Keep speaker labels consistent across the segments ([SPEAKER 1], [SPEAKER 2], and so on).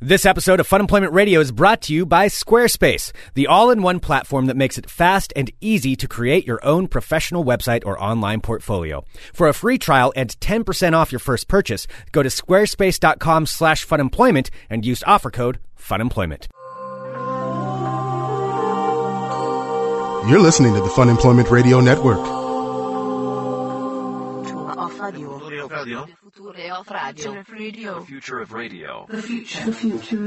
[SPEAKER 1] This episode of Fun Employment Radio is brought to you by Squarespace, the all in one platform that makes it fast and easy to create your own professional website or online portfolio. For a free trial and 10% off your first purchase, go to squarespace.com slash funemployment and use offer code funemployment.
[SPEAKER 2] You're listening to the Fun Employment Radio Network.
[SPEAKER 3] Future of radio.
[SPEAKER 4] Future
[SPEAKER 3] Future of
[SPEAKER 4] of radio.
[SPEAKER 3] radio.
[SPEAKER 4] The future of radio.
[SPEAKER 5] The future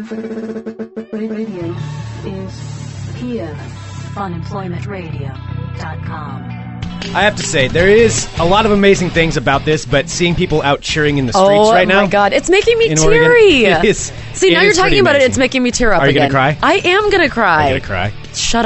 [SPEAKER 5] of radio is here.
[SPEAKER 6] unemploymentradio.com.
[SPEAKER 1] I have to say, there is a lot of amazing things about this, but seeing people out cheering in the streets
[SPEAKER 6] oh
[SPEAKER 1] right now.
[SPEAKER 6] my god, it's making me
[SPEAKER 1] in Oregon,
[SPEAKER 6] teary.
[SPEAKER 1] it is-
[SPEAKER 6] See,
[SPEAKER 1] it
[SPEAKER 6] now you're
[SPEAKER 1] is pretty
[SPEAKER 6] talking about it.
[SPEAKER 1] amazing.
[SPEAKER 6] It's making me tear up.
[SPEAKER 1] Are you gonna cry?
[SPEAKER 6] again. I am gonna cry.
[SPEAKER 1] I'm gonna cry.
[SPEAKER 6] Shut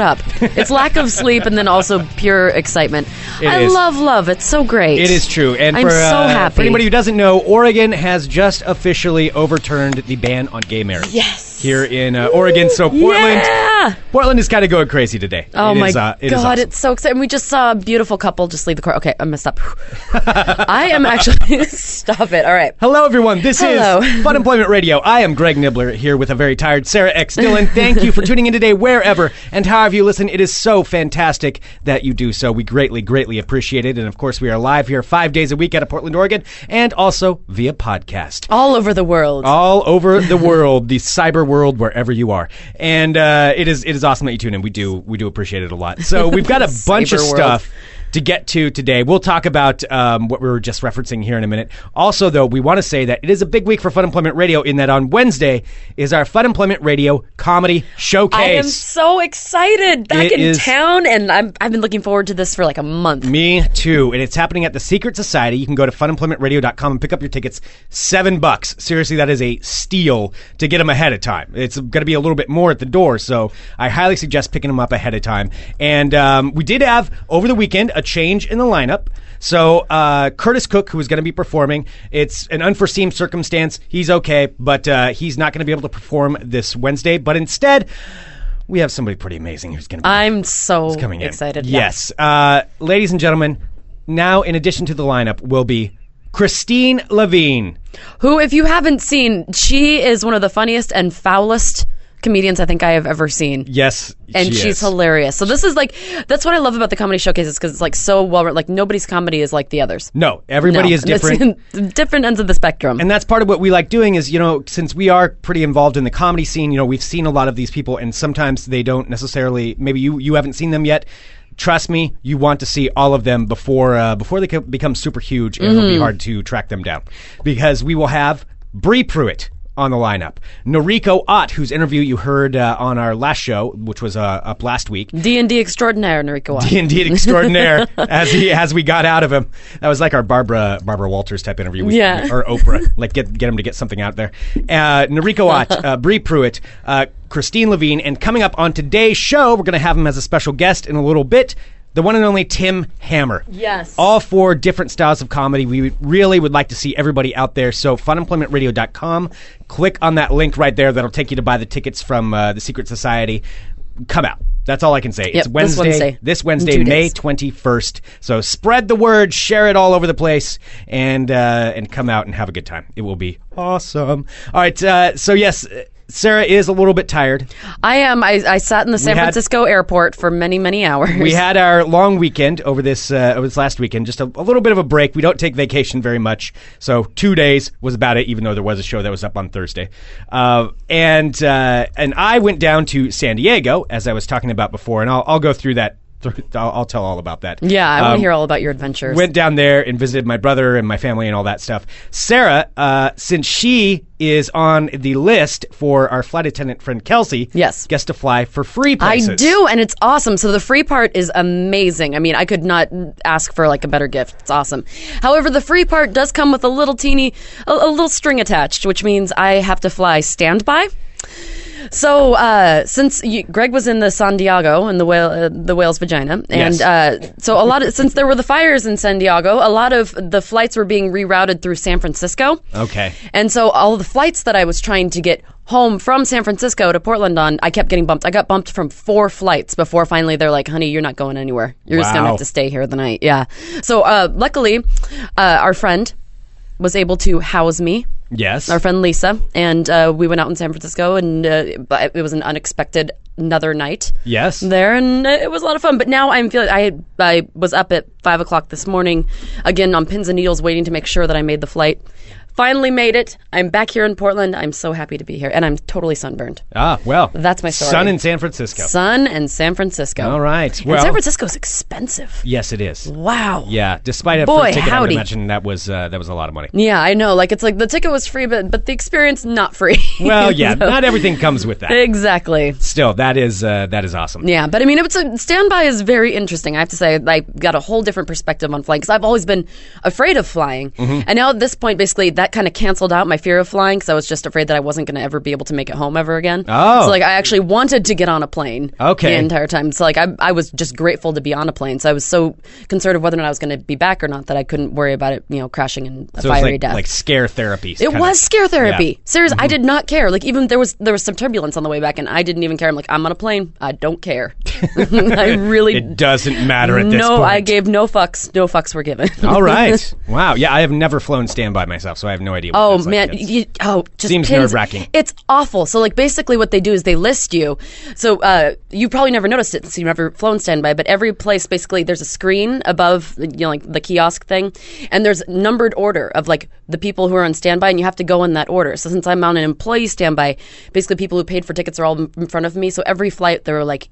[SPEAKER 6] up. It's lack of sleep and then also pure excitement.
[SPEAKER 1] It
[SPEAKER 6] I
[SPEAKER 1] is.
[SPEAKER 6] love love. It's so great.
[SPEAKER 1] It is true. And
[SPEAKER 6] I'm
[SPEAKER 1] for,
[SPEAKER 6] so
[SPEAKER 1] uh,
[SPEAKER 6] happy.
[SPEAKER 1] for anybody who doesn't know, Oregon has just officially overturned the ban on gay marriage.
[SPEAKER 6] Yes.
[SPEAKER 1] Here in uh, Oregon. So Portland
[SPEAKER 6] Yeah.
[SPEAKER 1] Portland is kind of going crazy today.
[SPEAKER 6] Oh
[SPEAKER 1] It
[SPEAKER 6] my
[SPEAKER 1] is, uh, it
[SPEAKER 6] god,
[SPEAKER 1] is awesome.
[SPEAKER 6] it's so exciting. We just saw a beautiful couple just leave the car. Okay, I messed up. I am actually stop it. All right.
[SPEAKER 1] Hello, everyone. This
[SPEAKER 6] Hello.
[SPEAKER 1] is Fun Employment Radio. I am Greg Nibbler here with a very tired Sarah X. Dillon. Thank you for tuning in today, wherever and however you listen. It is so fantastic that you do so. We greatly, greatly appreciate it. And of course, we are live here five days a week out of Portland, Oregon, and also via podcast.
[SPEAKER 6] All over the world.
[SPEAKER 1] all over the world, the cyber world, wherever you are. And uh, it is it is awesome that you tune in. We do we do appreciate it a lot. So we've got a bunch of
[SPEAKER 6] Cyber world.
[SPEAKER 1] stuff to get to today. We'll talk about um, what we were just referencing here in a minute. Also, though, we want to say that it is a big week for Fun Employment Radio in that on Wednesday is our Fun Employment Radio Comedy Showcase.
[SPEAKER 6] I am so excited back
[SPEAKER 1] It
[SPEAKER 6] in
[SPEAKER 1] is-
[SPEAKER 6] town, and I'm, I've been looking forward to this for like a month.
[SPEAKER 1] Me too. And it's happening at the Secret Society. You can go to funemploymentradio.com and pick up your tickets. Seven bucks. Seriously, that is a steal to get them ahead of time. It's going to be a little bit more at the door, so I highly suggest picking them up ahead of time. And um, we did have, over the weekend, a change in the lineup. So uh, Curtis Cook, who is going to be performing, it's an unforeseen circumstance. He's okay, but uh, he's not going to be able to perform this Wednesday. But instead, we have somebody pretty amazing who's going to be
[SPEAKER 6] I'm so
[SPEAKER 1] coming in.
[SPEAKER 6] excited. Yeah.
[SPEAKER 1] Yes. Uh, ladies and gentlemen, now in addition to the lineup will be Christine Levine.
[SPEAKER 6] Who, if you haven't seen, she is one of the funniest and foulest comedians I think I have ever seen.
[SPEAKER 1] Yes.
[SPEAKER 6] And
[SPEAKER 1] she
[SPEAKER 6] she's
[SPEAKER 1] is.
[SPEAKER 6] hilarious. So this is like that's what I love about the comedy showcases because it's like so well written. Like nobody's comedy is like the others.
[SPEAKER 1] No, everybody
[SPEAKER 6] No.
[SPEAKER 1] is different.
[SPEAKER 6] It's different ends of the spectrum.
[SPEAKER 1] and that's part of what we like doing is you know since we are pretty involved in the comedy scene you know we've seen a lot of these people and sometimes they don't necessarily maybe you you haven't seen them yet trust me you want to see all of them before uh, before they co- become super huge and it'll be hard to track them down because we will have Bree Pruitt on the lineup, Noriko Ott, whose interview you heard uh, on our last show, which was uh, up last week,
[SPEAKER 6] D and D extraordinaire, Noriko. Watt.
[SPEAKER 1] indeed extraordinaire as he as we got out of him. That was like our Barbara Barbara Walters type interview, we,
[SPEAKER 6] Yeah.
[SPEAKER 1] or Oprah. like get get him to get something out there. Uh, Nariko Ott, uh, Bree Pruitt, uh, Christine Levine, and coming up on today's show, we're going to have him as a special guest in a little bit. The one and only Tim Hammer.
[SPEAKER 6] Yes.
[SPEAKER 1] All four different styles of comedy. We would- really would like to see everybody out there. So, funemploymentradio.com. Click on that link right there. That'll take you to buy the tickets from uh, the Secret Society. Come out. That's all I can say. It's
[SPEAKER 6] Yep, this
[SPEAKER 1] Wednesday.
[SPEAKER 6] Wednesday.
[SPEAKER 1] This Wednesday,
[SPEAKER 6] Two
[SPEAKER 1] May
[SPEAKER 6] days.
[SPEAKER 1] 21st. So spread the word, share it all over the place, and uh, and come out and have a good time. It will be awesome. All right. Uh, so yes, Sarah is a little bit tired.
[SPEAKER 6] I am. I, I sat in the San
[SPEAKER 1] had-
[SPEAKER 6] Francisco airport for many, many hours.
[SPEAKER 1] We had our long weekend over this uh, over this last weekend. Just a, a little bit of a break. We don't take vacation very much, so two days was about it. Even though there was a show that was up on Thursday, uh, and uh, and I went down to San Diego as I was talking about before, and I'll, I'll go through that. through- I'll, I'll tell all about that.
[SPEAKER 6] Yeah, I want
[SPEAKER 1] Um,
[SPEAKER 6] to hear all about your adventures.
[SPEAKER 1] Went down there and visited my brother and my family and all that stuff. Sarah, uh, since she is on the list for our flight attendant friend Kelsey,
[SPEAKER 6] Yes.
[SPEAKER 1] gets to fly for free
[SPEAKER 6] I
[SPEAKER 1] places.
[SPEAKER 6] do, and it's awesome. So the free part is amazing. I mean, I could not ask for like a better gift. It's awesome. However, the free part does come with a little teeny, a, a little string attached, which means I have to fly standby. So uh, since you, Greg was in the San Diego in the whale, uh, the whale's vagina, and
[SPEAKER 1] Yes.
[SPEAKER 6] uh, so a lot of since there were the fires in San Diego, a lot of the flights were being rerouted through San Francisco.
[SPEAKER 1] Okay.
[SPEAKER 6] And so all the flights that I was trying to get home from San Francisco to Portland on, I kept getting bumped. I got bumped from four flights before finally they're like, honey, you're not going anywhere. You're just going
[SPEAKER 1] Wow.
[SPEAKER 6] to have to stay here the night. Yeah. So uh, luckily, uh, our friend was able to house me
[SPEAKER 1] Yes.
[SPEAKER 6] our friend Lisa, and uh, we went out in San Francisco, and uh, but it was an unexpected another night
[SPEAKER 1] yes.
[SPEAKER 6] there, and it was a lot of fun. But now I'm feeling I I was up at five o'clock this morning, again on pins and needles, waiting to make sure that I made the flight. Finally made it. I'm back here in Portland. I'm so happy to be here, and I'm totally sunburned.
[SPEAKER 1] ah, well.
[SPEAKER 6] That's my story.
[SPEAKER 1] Sun in San Francisco.
[SPEAKER 6] Sun and San Francisco.
[SPEAKER 1] All right.
[SPEAKER 6] And
[SPEAKER 1] Well-
[SPEAKER 6] San Francisco's expensive.
[SPEAKER 1] Yes, it is.
[SPEAKER 6] Wow.
[SPEAKER 1] Yeah. Despite a
[SPEAKER 6] Boy,
[SPEAKER 1] first ticket, I would
[SPEAKER 6] howdy.
[SPEAKER 1] imagine that was uh, that was a lot of money.
[SPEAKER 6] Yeah, I know. Like it's like the ticket was free, but but the experience not free.
[SPEAKER 1] Well, yeah.
[SPEAKER 6] So-
[SPEAKER 1] not everything comes with that.
[SPEAKER 6] exactly.
[SPEAKER 1] Still, that is uh, that is awesome.
[SPEAKER 6] Yeah, but I mean, it's a, standby is very interesting. I have to say, I got a whole different perspective on flying because I've always been afraid of flying,
[SPEAKER 1] Mm-hmm.
[SPEAKER 6] and now at this point, basically, that kind of canceled out my fear of flying because I was just afraid that I wasn't going to ever be able to make it home ever again.
[SPEAKER 1] Oh.
[SPEAKER 6] so like I actually wanted to get on a plane.
[SPEAKER 1] Okay.
[SPEAKER 6] the entire time. So like I, I was just grateful to be on a plane. So I was so concerned of whether or not I was going to be back or not that I couldn't worry about it, you know, crashing in a
[SPEAKER 1] So it was
[SPEAKER 6] fiery
[SPEAKER 1] like,
[SPEAKER 6] death.
[SPEAKER 1] like scare therapy.
[SPEAKER 6] It
[SPEAKER 1] kinda.
[SPEAKER 6] was scare therapy.
[SPEAKER 1] Yeah. Mm-hmm.
[SPEAKER 6] Serious, I did not care. Like even there was there was some turbulence on the way back, and I didn't even care. I'm like, I'm on a plane. I don't care. I really
[SPEAKER 1] It doesn't matter at this
[SPEAKER 6] no.
[SPEAKER 1] point.
[SPEAKER 6] I gave no fucks. No fucks were given.
[SPEAKER 1] All right. Wow. Yeah, I have never flown standby myself, so I have no idea. What
[SPEAKER 6] Oh
[SPEAKER 1] that's like.
[SPEAKER 6] man,
[SPEAKER 1] That's-
[SPEAKER 6] you, oh just
[SPEAKER 1] Seems
[SPEAKER 6] pins-
[SPEAKER 1] nerve-wracking.
[SPEAKER 6] It's awful. So like basically what they do is they list you. So uh, you probably never noticed it since you've never flown standby, but every place basically there's a screen above you know like the kiosk thing, and there's numbered order of like the people who are on standby, and you have to go in that order. So since I'm on an employee standby, basically people who paid for tickets are all in in front of me. So every flight there were like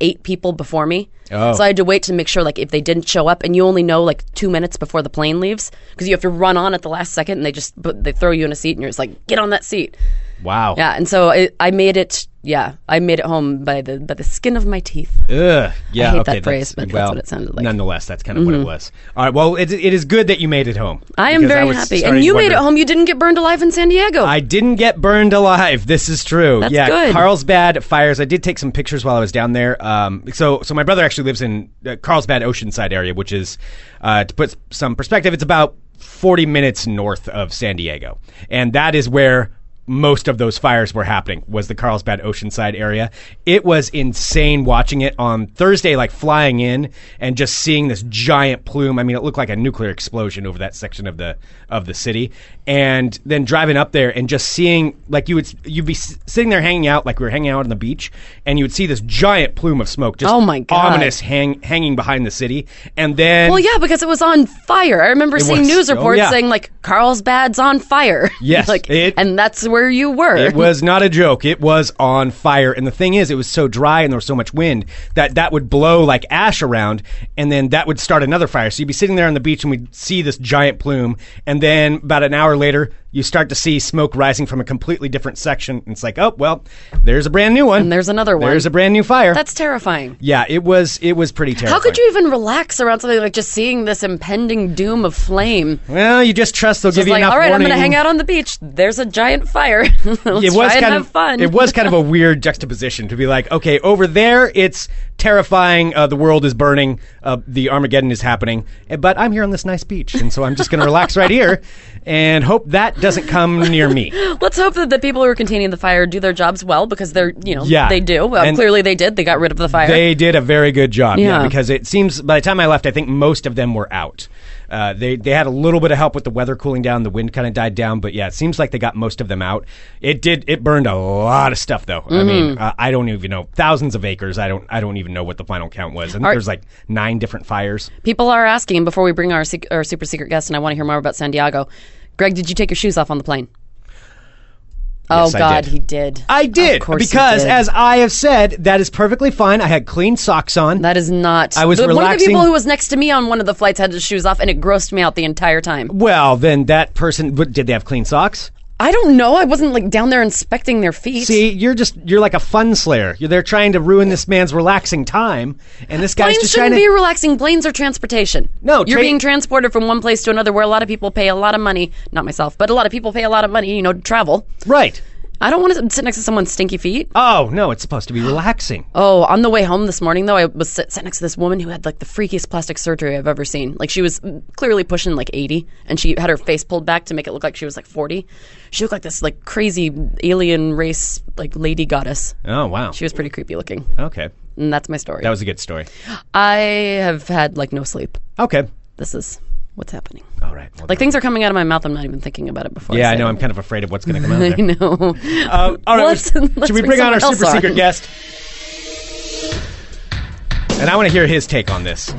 [SPEAKER 6] eight people before me.
[SPEAKER 1] Oh.
[SPEAKER 6] So I had to wait to make sure, like, if they didn't show up, and you only know like two minutes before the plane leaves because you have to run on at the last second, and they just but they throw you in a seat, and you're just like, get on that seat.
[SPEAKER 1] wow.
[SPEAKER 6] Yeah, and so I, I made it. Yeah, I made it home by the by the skin of my teeth.
[SPEAKER 1] Ugh. Yeah.
[SPEAKER 6] hate that
[SPEAKER 1] okay, that's-
[SPEAKER 6] phrase, but that's
[SPEAKER 1] well,
[SPEAKER 6] what it sounded like. Mm-hmm.
[SPEAKER 1] Nonetheless, that's kind of what it was. All right. Well, it, it is good that you made it home.
[SPEAKER 6] I am
[SPEAKER 1] because
[SPEAKER 6] very
[SPEAKER 1] was
[SPEAKER 6] happy,
[SPEAKER 1] starting
[SPEAKER 6] and
[SPEAKER 1] to
[SPEAKER 6] you made
[SPEAKER 1] wonder-
[SPEAKER 6] it home. You didn't get burned alive in San Diego.
[SPEAKER 1] I didn't get burned alive. This is true.
[SPEAKER 6] That's
[SPEAKER 1] yeah,
[SPEAKER 6] good.
[SPEAKER 1] Carlsbad fires. I did take some pictures while I was down there. Um, so, so my brother actually lives in uh, Carlsbad Oceanside area, which is, uh, to put s- some perspective, it's about 40 minutes north of San Diego, and that is where most of those fires were happening was the Carlsbad Oceanside area. It was insane watching it on Thursday, like flying in and just seeing this giant plume. I mean, it looked like a nuclear explosion over that section of the of the city, and then driving up there and just seeing like you would you'd be s- sitting there hanging out like we were hanging out on the beach, and you would see this giant plume of smoke just
[SPEAKER 6] Oh my God.
[SPEAKER 1] ominous hang, hanging behind the city, and then
[SPEAKER 6] well, yeah, because it was on fire. I remember seeing
[SPEAKER 1] was.
[SPEAKER 6] news
[SPEAKER 1] Oh,
[SPEAKER 6] reports
[SPEAKER 1] yeah.
[SPEAKER 6] saying like Carlsbad's on fire.
[SPEAKER 1] Yes,
[SPEAKER 6] like
[SPEAKER 1] it-
[SPEAKER 6] and that's where you were.
[SPEAKER 1] It was not a joke. It was on fire. And the thing is, it was so dry and there was so much wind that that would blow like ash around and then that would start another fire. So you'd be sitting there on the beach and we'd see this giant plume. And then about an hour later, you start to see smoke rising from a completely different section. And it's like, oh, well, there's a brand new one.
[SPEAKER 6] And there's another one.
[SPEAKER 1] There's a brand new fire.
[SPEAKER 6] That's terrifying.
[SPEAKER 1] yeah, it was it was pretty terrible.
[SPEAKER 6] How could you even relax around something like just seeing this impending doom of flame?
[SPEAKER 1] Well, you just trust they'll give
[SPEAKER 6] It's
[SPEAKER 1] you
[SPEAKER 6] like,
[SPEAKER 1] enough
[SPEAKER 6] all right, I'm going to
[SPEAKER 1] warning."
[SPEAKER 6] hang out on the beach. There's a giant fire. Let's
[SPEAKER 1] it was
[SPEAKER 6] try and
[SPEAKER 1] kind
[SPEAKER 6] have
[SPEAKER 1] of
[SPEAKER 6] fun.
[SPEAKER 1] It was kind of a weird juxtaposition to be like, okay, over there it's terrifying, uh, the world is burning, uh, the Armageddon is happening, eh, but I'm here on this nice beach, and so I'm just going to relax right here and hope that doesn't come near me.
[SPEAKER 6] Let's hope that the people who are containing the fire do their jobs well because they're, you know,
[SPEAKER 1] Yeah.
[SPEAKER 6] they do. Well,
[SPEAKER 1] And-
[SPEAKER 6] clearly they did. They got rid of the fire.
[SPEAKER 1] They did a very good job, yeah.
[SPEAKER 6] Yeah.
[SPEAKER 1] Because it seems by the time I left, I think most of them were out. Uh, they they had a little bit of help with the weather cooling down. The wind kind of died down, but yeah, it seems like they got most of them out. It did. It burned a lot of stuff, though. I mean, uh, I don't even know thousands of acres. I don't I don't even know what the final count was. I think
[SPEAKER 6] Are-
[SPEAKER 1] there's like nine different fires.
[SPEAKER 6] People are asking before we bring our, sec- our super secret guest, and I want to hear more about San Diego. Greg, did you take your shoes off on the plane?
[SPEAKER 1] Yes,
[SPEAKER 6] oh,
[SPEAKER 1] I
[SPEAKER 6] God,
[SPEAKER 1] did.
[SPEAKER 6] he did.
[SPEAKER 1] I did
[SPEAKER 6] Of course he
[SPEAKER 1] because,
[SPEAKER 6] did.
[SPEAKER 1] as I have said, that is perfectly fine. I had clean socks on.
[SPEAKER 6] That is not.
[SPEAKER 1] I was
[SPEAKER 6] But One of the
[SPEAKER 1] relaxing-
[SPEAKER 6] people who was next to me on one of the flights had his shoes off, and it grossed me out the entire time.
[SPEAKER 1] well, then that person but did they have clean socks?
[SPEAKER 6] I don't know. I wasn't like down there inspecting their feet.
[SPEAKER 1] See, you're just you're like a fun slayer. You're there trying to ruin this man's relaxing time, and this guy's
[SPEAKER 6] planes
[SPEAKER 1] just trying
[SPEAKER 6] shouldn't
[SPEAKER 1] to.
[SPEAKER 6] be relaxing. Planes are transportation.
[SPEAKER 1] No,
[SPEAKER 6] you're
[SPEAKER 1] tra-
[SPEAKER 6] being transported from one place to another, where a lot of people pay a lot of money. Not myself, but a lot of people pay a lot of money. You know, to travel.
[SPEAKER 1] right.
[SPEAKER 6] I don't want to sit next to someone's stinky feet.
[SPEAKER 1] Oh no, it's supposed to be relaxing.
[SPEAKER 6] Oh, on the way home this morning, though, I was sit, sat next to this woman who had like the freakiest plastic surgery I've ever seen. Like, she was mm, clearly pushing like 80, and she had her face pulled back to make it look like she was like 40. She looked like this like crazy alien race, like lady goddess.
[SPEAKER 1] Oh wow.
[SPEAKER 6] She was pretty creepy looking.
[SPEAKER 1] Okay,
[SPEAKER 6] And that's my story.
[SPEAKER 1] that was a good story.
[SPEAKER 6] I have had like no sleep.
[SPEAKER 1] Okay,
[SPEAKER 6] This is what's happening.
[SPEAKER 1] All right. well
[SPEAKER 6] Like
[SPEAKER 1] done.
[SPEAKER 6] things are coming out of my mouth. I'm not even thinking about it before.
[SPEAKER 1] Yeah, I
[SPEAKER 6] say
[SPEAKER 1] know.
[SPEAKER 6] it. Oh.
[SPEAKER 1] I'm kind of afraid of what's going to come out there.
[SPEAKER 6] I know.
[SPEAKER 1] Uh, all right,
[SPEAKER 6] Let's-
[SPEAKER 1] let's-
[SPEAKER 6] let's
[SPEAKER 1] should we
[SPEAKER 6] bring
[SPEAKER 1] bring on our
[SPEAKER 6] someone else
[SPEAKER 1] super secret
[SPEAKER 6] on.
[SPEAKER 1] guest? And I want to hear his take on this,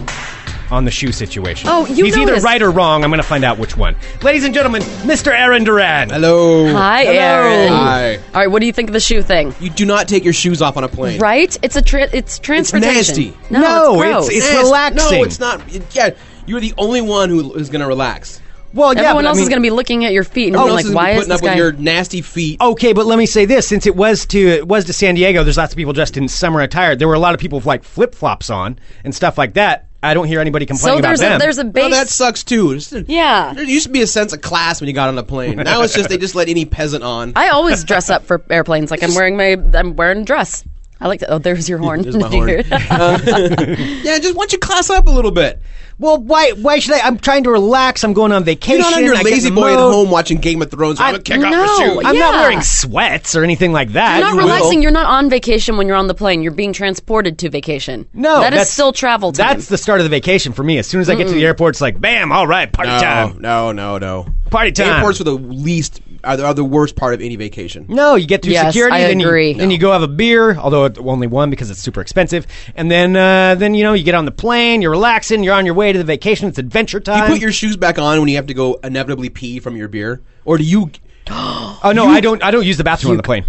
[SPEAKER 1] on the shoe situation.
[SPEAKER 6] Oh, you
[SPEAKER 1] he's
[SPEAKER 6] know
[SPEAKER 1] either
[SPEAKER 6] his-
[SPEAKER 1] right or wrong. I'm going to find out which one. Ladies and gentlemen, Mr. Aaron Duran.
[SPEAKER 7] Hello.
[SPEAKER 6] Hi,
[SPEAKER 1] Hello.
[SPEAKER 6] Aaron.
[SPEAKER 7] Hi.
[SPEAKER 6] All right, what do you think of the shoe thing?
[SPEAKER 7] You do not take your shoes off on a plane.
[SPEAKER 6] Right? It's a tra- it's transportation.
[SPEAKER 7] nasty.
[SPEAKER 6] No,
[SPEAKER 1] No,
[SPEAKER 6] it's gross.
[SPEAKER 1] it's-
[SPEAKER 7] Yes.
[SPEAKER 1] relaxing.
[SPEAKER 7] No, it's not. It- yeah, you're the only one who is going to relax.
[SPEAKER 1] well, yeah, but
[SPEAKER 6] Everyone
[SPEAKER 1] I
[SPEAKER 6] else is
[SPEAKER 1] mean-
[SPEAKER 6] going to be looking at your feet and
[SPEAKER 7] Everyone
[SPEAKER 6] being
[SPEAKER 7] else
[SPEAKER 6] Oh, like,
[SPEAKER 7] is
[SPEAKER 6] "Why
[SPEAKER 7] Oh, putting
[SPEAKER 6] is this
[SPEAKER 7] up
[SPEAKER 6] guy?" Oh,
[SPEAKER 7] with your nasty feet?
[SPEAKER 1] Okay, but let me say this: since it was to it was to San Diego, there's lots of people dressed in summer attire. There were a lot of people with like flip flops on and stuff like that. I don't hear anybody complaining
[SPEAKER 6] so
[SPEAKER 1] about
[SPEAKER 6] there's
[SPEAKER 1] them.
[SPEAKER 6] a there's a
[SPEAKER 7] No,
[SPEAKER 6] base.
[SPEAKER 7] that sucks too. Just-
[SPEAKER 6] Yeah.
[SPEAKER 7] There used to be a sense of class when you got on a plane. Now it's just they just let any peasant on.
[SPEAKER 6] I always dress up for airplanes. Like I'm wearing my I'm wearing a dress. I like to. Oh, there's your horn.
[SPEAKER 7] There's my horn. yeah, just why don't you class up a little bit?
[SPEAKER 1] well, why why should I? I'm trying to relax. I'm going on vacation.
[SPEAKER 7] You're not on your
[SPEAKER 1] I get in
[SPEAKER 7] lazy
[SPEAKER 1] the
[SPEAKER 7] boy at
[SPEAKER 1] mode.
[SPEAKER 7] home watching Game of Thrones. I'm
[SPEAKER 1] I-
[SPEAKER 7] gonna kick off
[SPEAKER 6] no.
[SPEAKER 7] my shoe.
[SPEAKER 1] I'm not
[SPEAKER 6] Yeah.
[SPEAKER 1] wearing sweats or anything like that.
[SPEAKER 6] You're not
[SPEAKER 7] You will.
[SPEAKER 6] relaxing. You're not on vacation when you're on the plane. You're being transported to vacation.
[SPEAKER 1] No,
[SPEAKER 6] that is
[SPEAKER 1] that's-
[SPEAKER 6] still travel time.
[SPEAKER 1] That's the start of the vacation for me. As soon as I get to the airport, it's like, bam, all right, party
[SPEAKER 7] No,
[SPEAKER 1] time.
[SPEAKER 7] no, no, no.
[SPEAKER 1] Party time.
[SPEAKER 7] Airports are the least are the, are the worst part of any vacation.
[SPEAKER 1] No, you get through
[SPEAKER 6] Yes,
[SPEAKER 1] security,
[SPEAKER 6] I
[SPEAKER 1] then
[SPEAKER 6] agree.
[SPEAKER 1] you then you go have a beer, although it- only one because it's super expensive. And then uh, then you know you get on the plane, you're relaxing, you're on your way to the vacation. It's adventure
[SPEAKER 7] You
[SPEAKER 1] time.
[SPEAKER 7] put your shoes back on when you have to go inevitably pee from your beer, or do you
[SPEAKER 1] oh no, I don't I don't use the bathroom on the plane.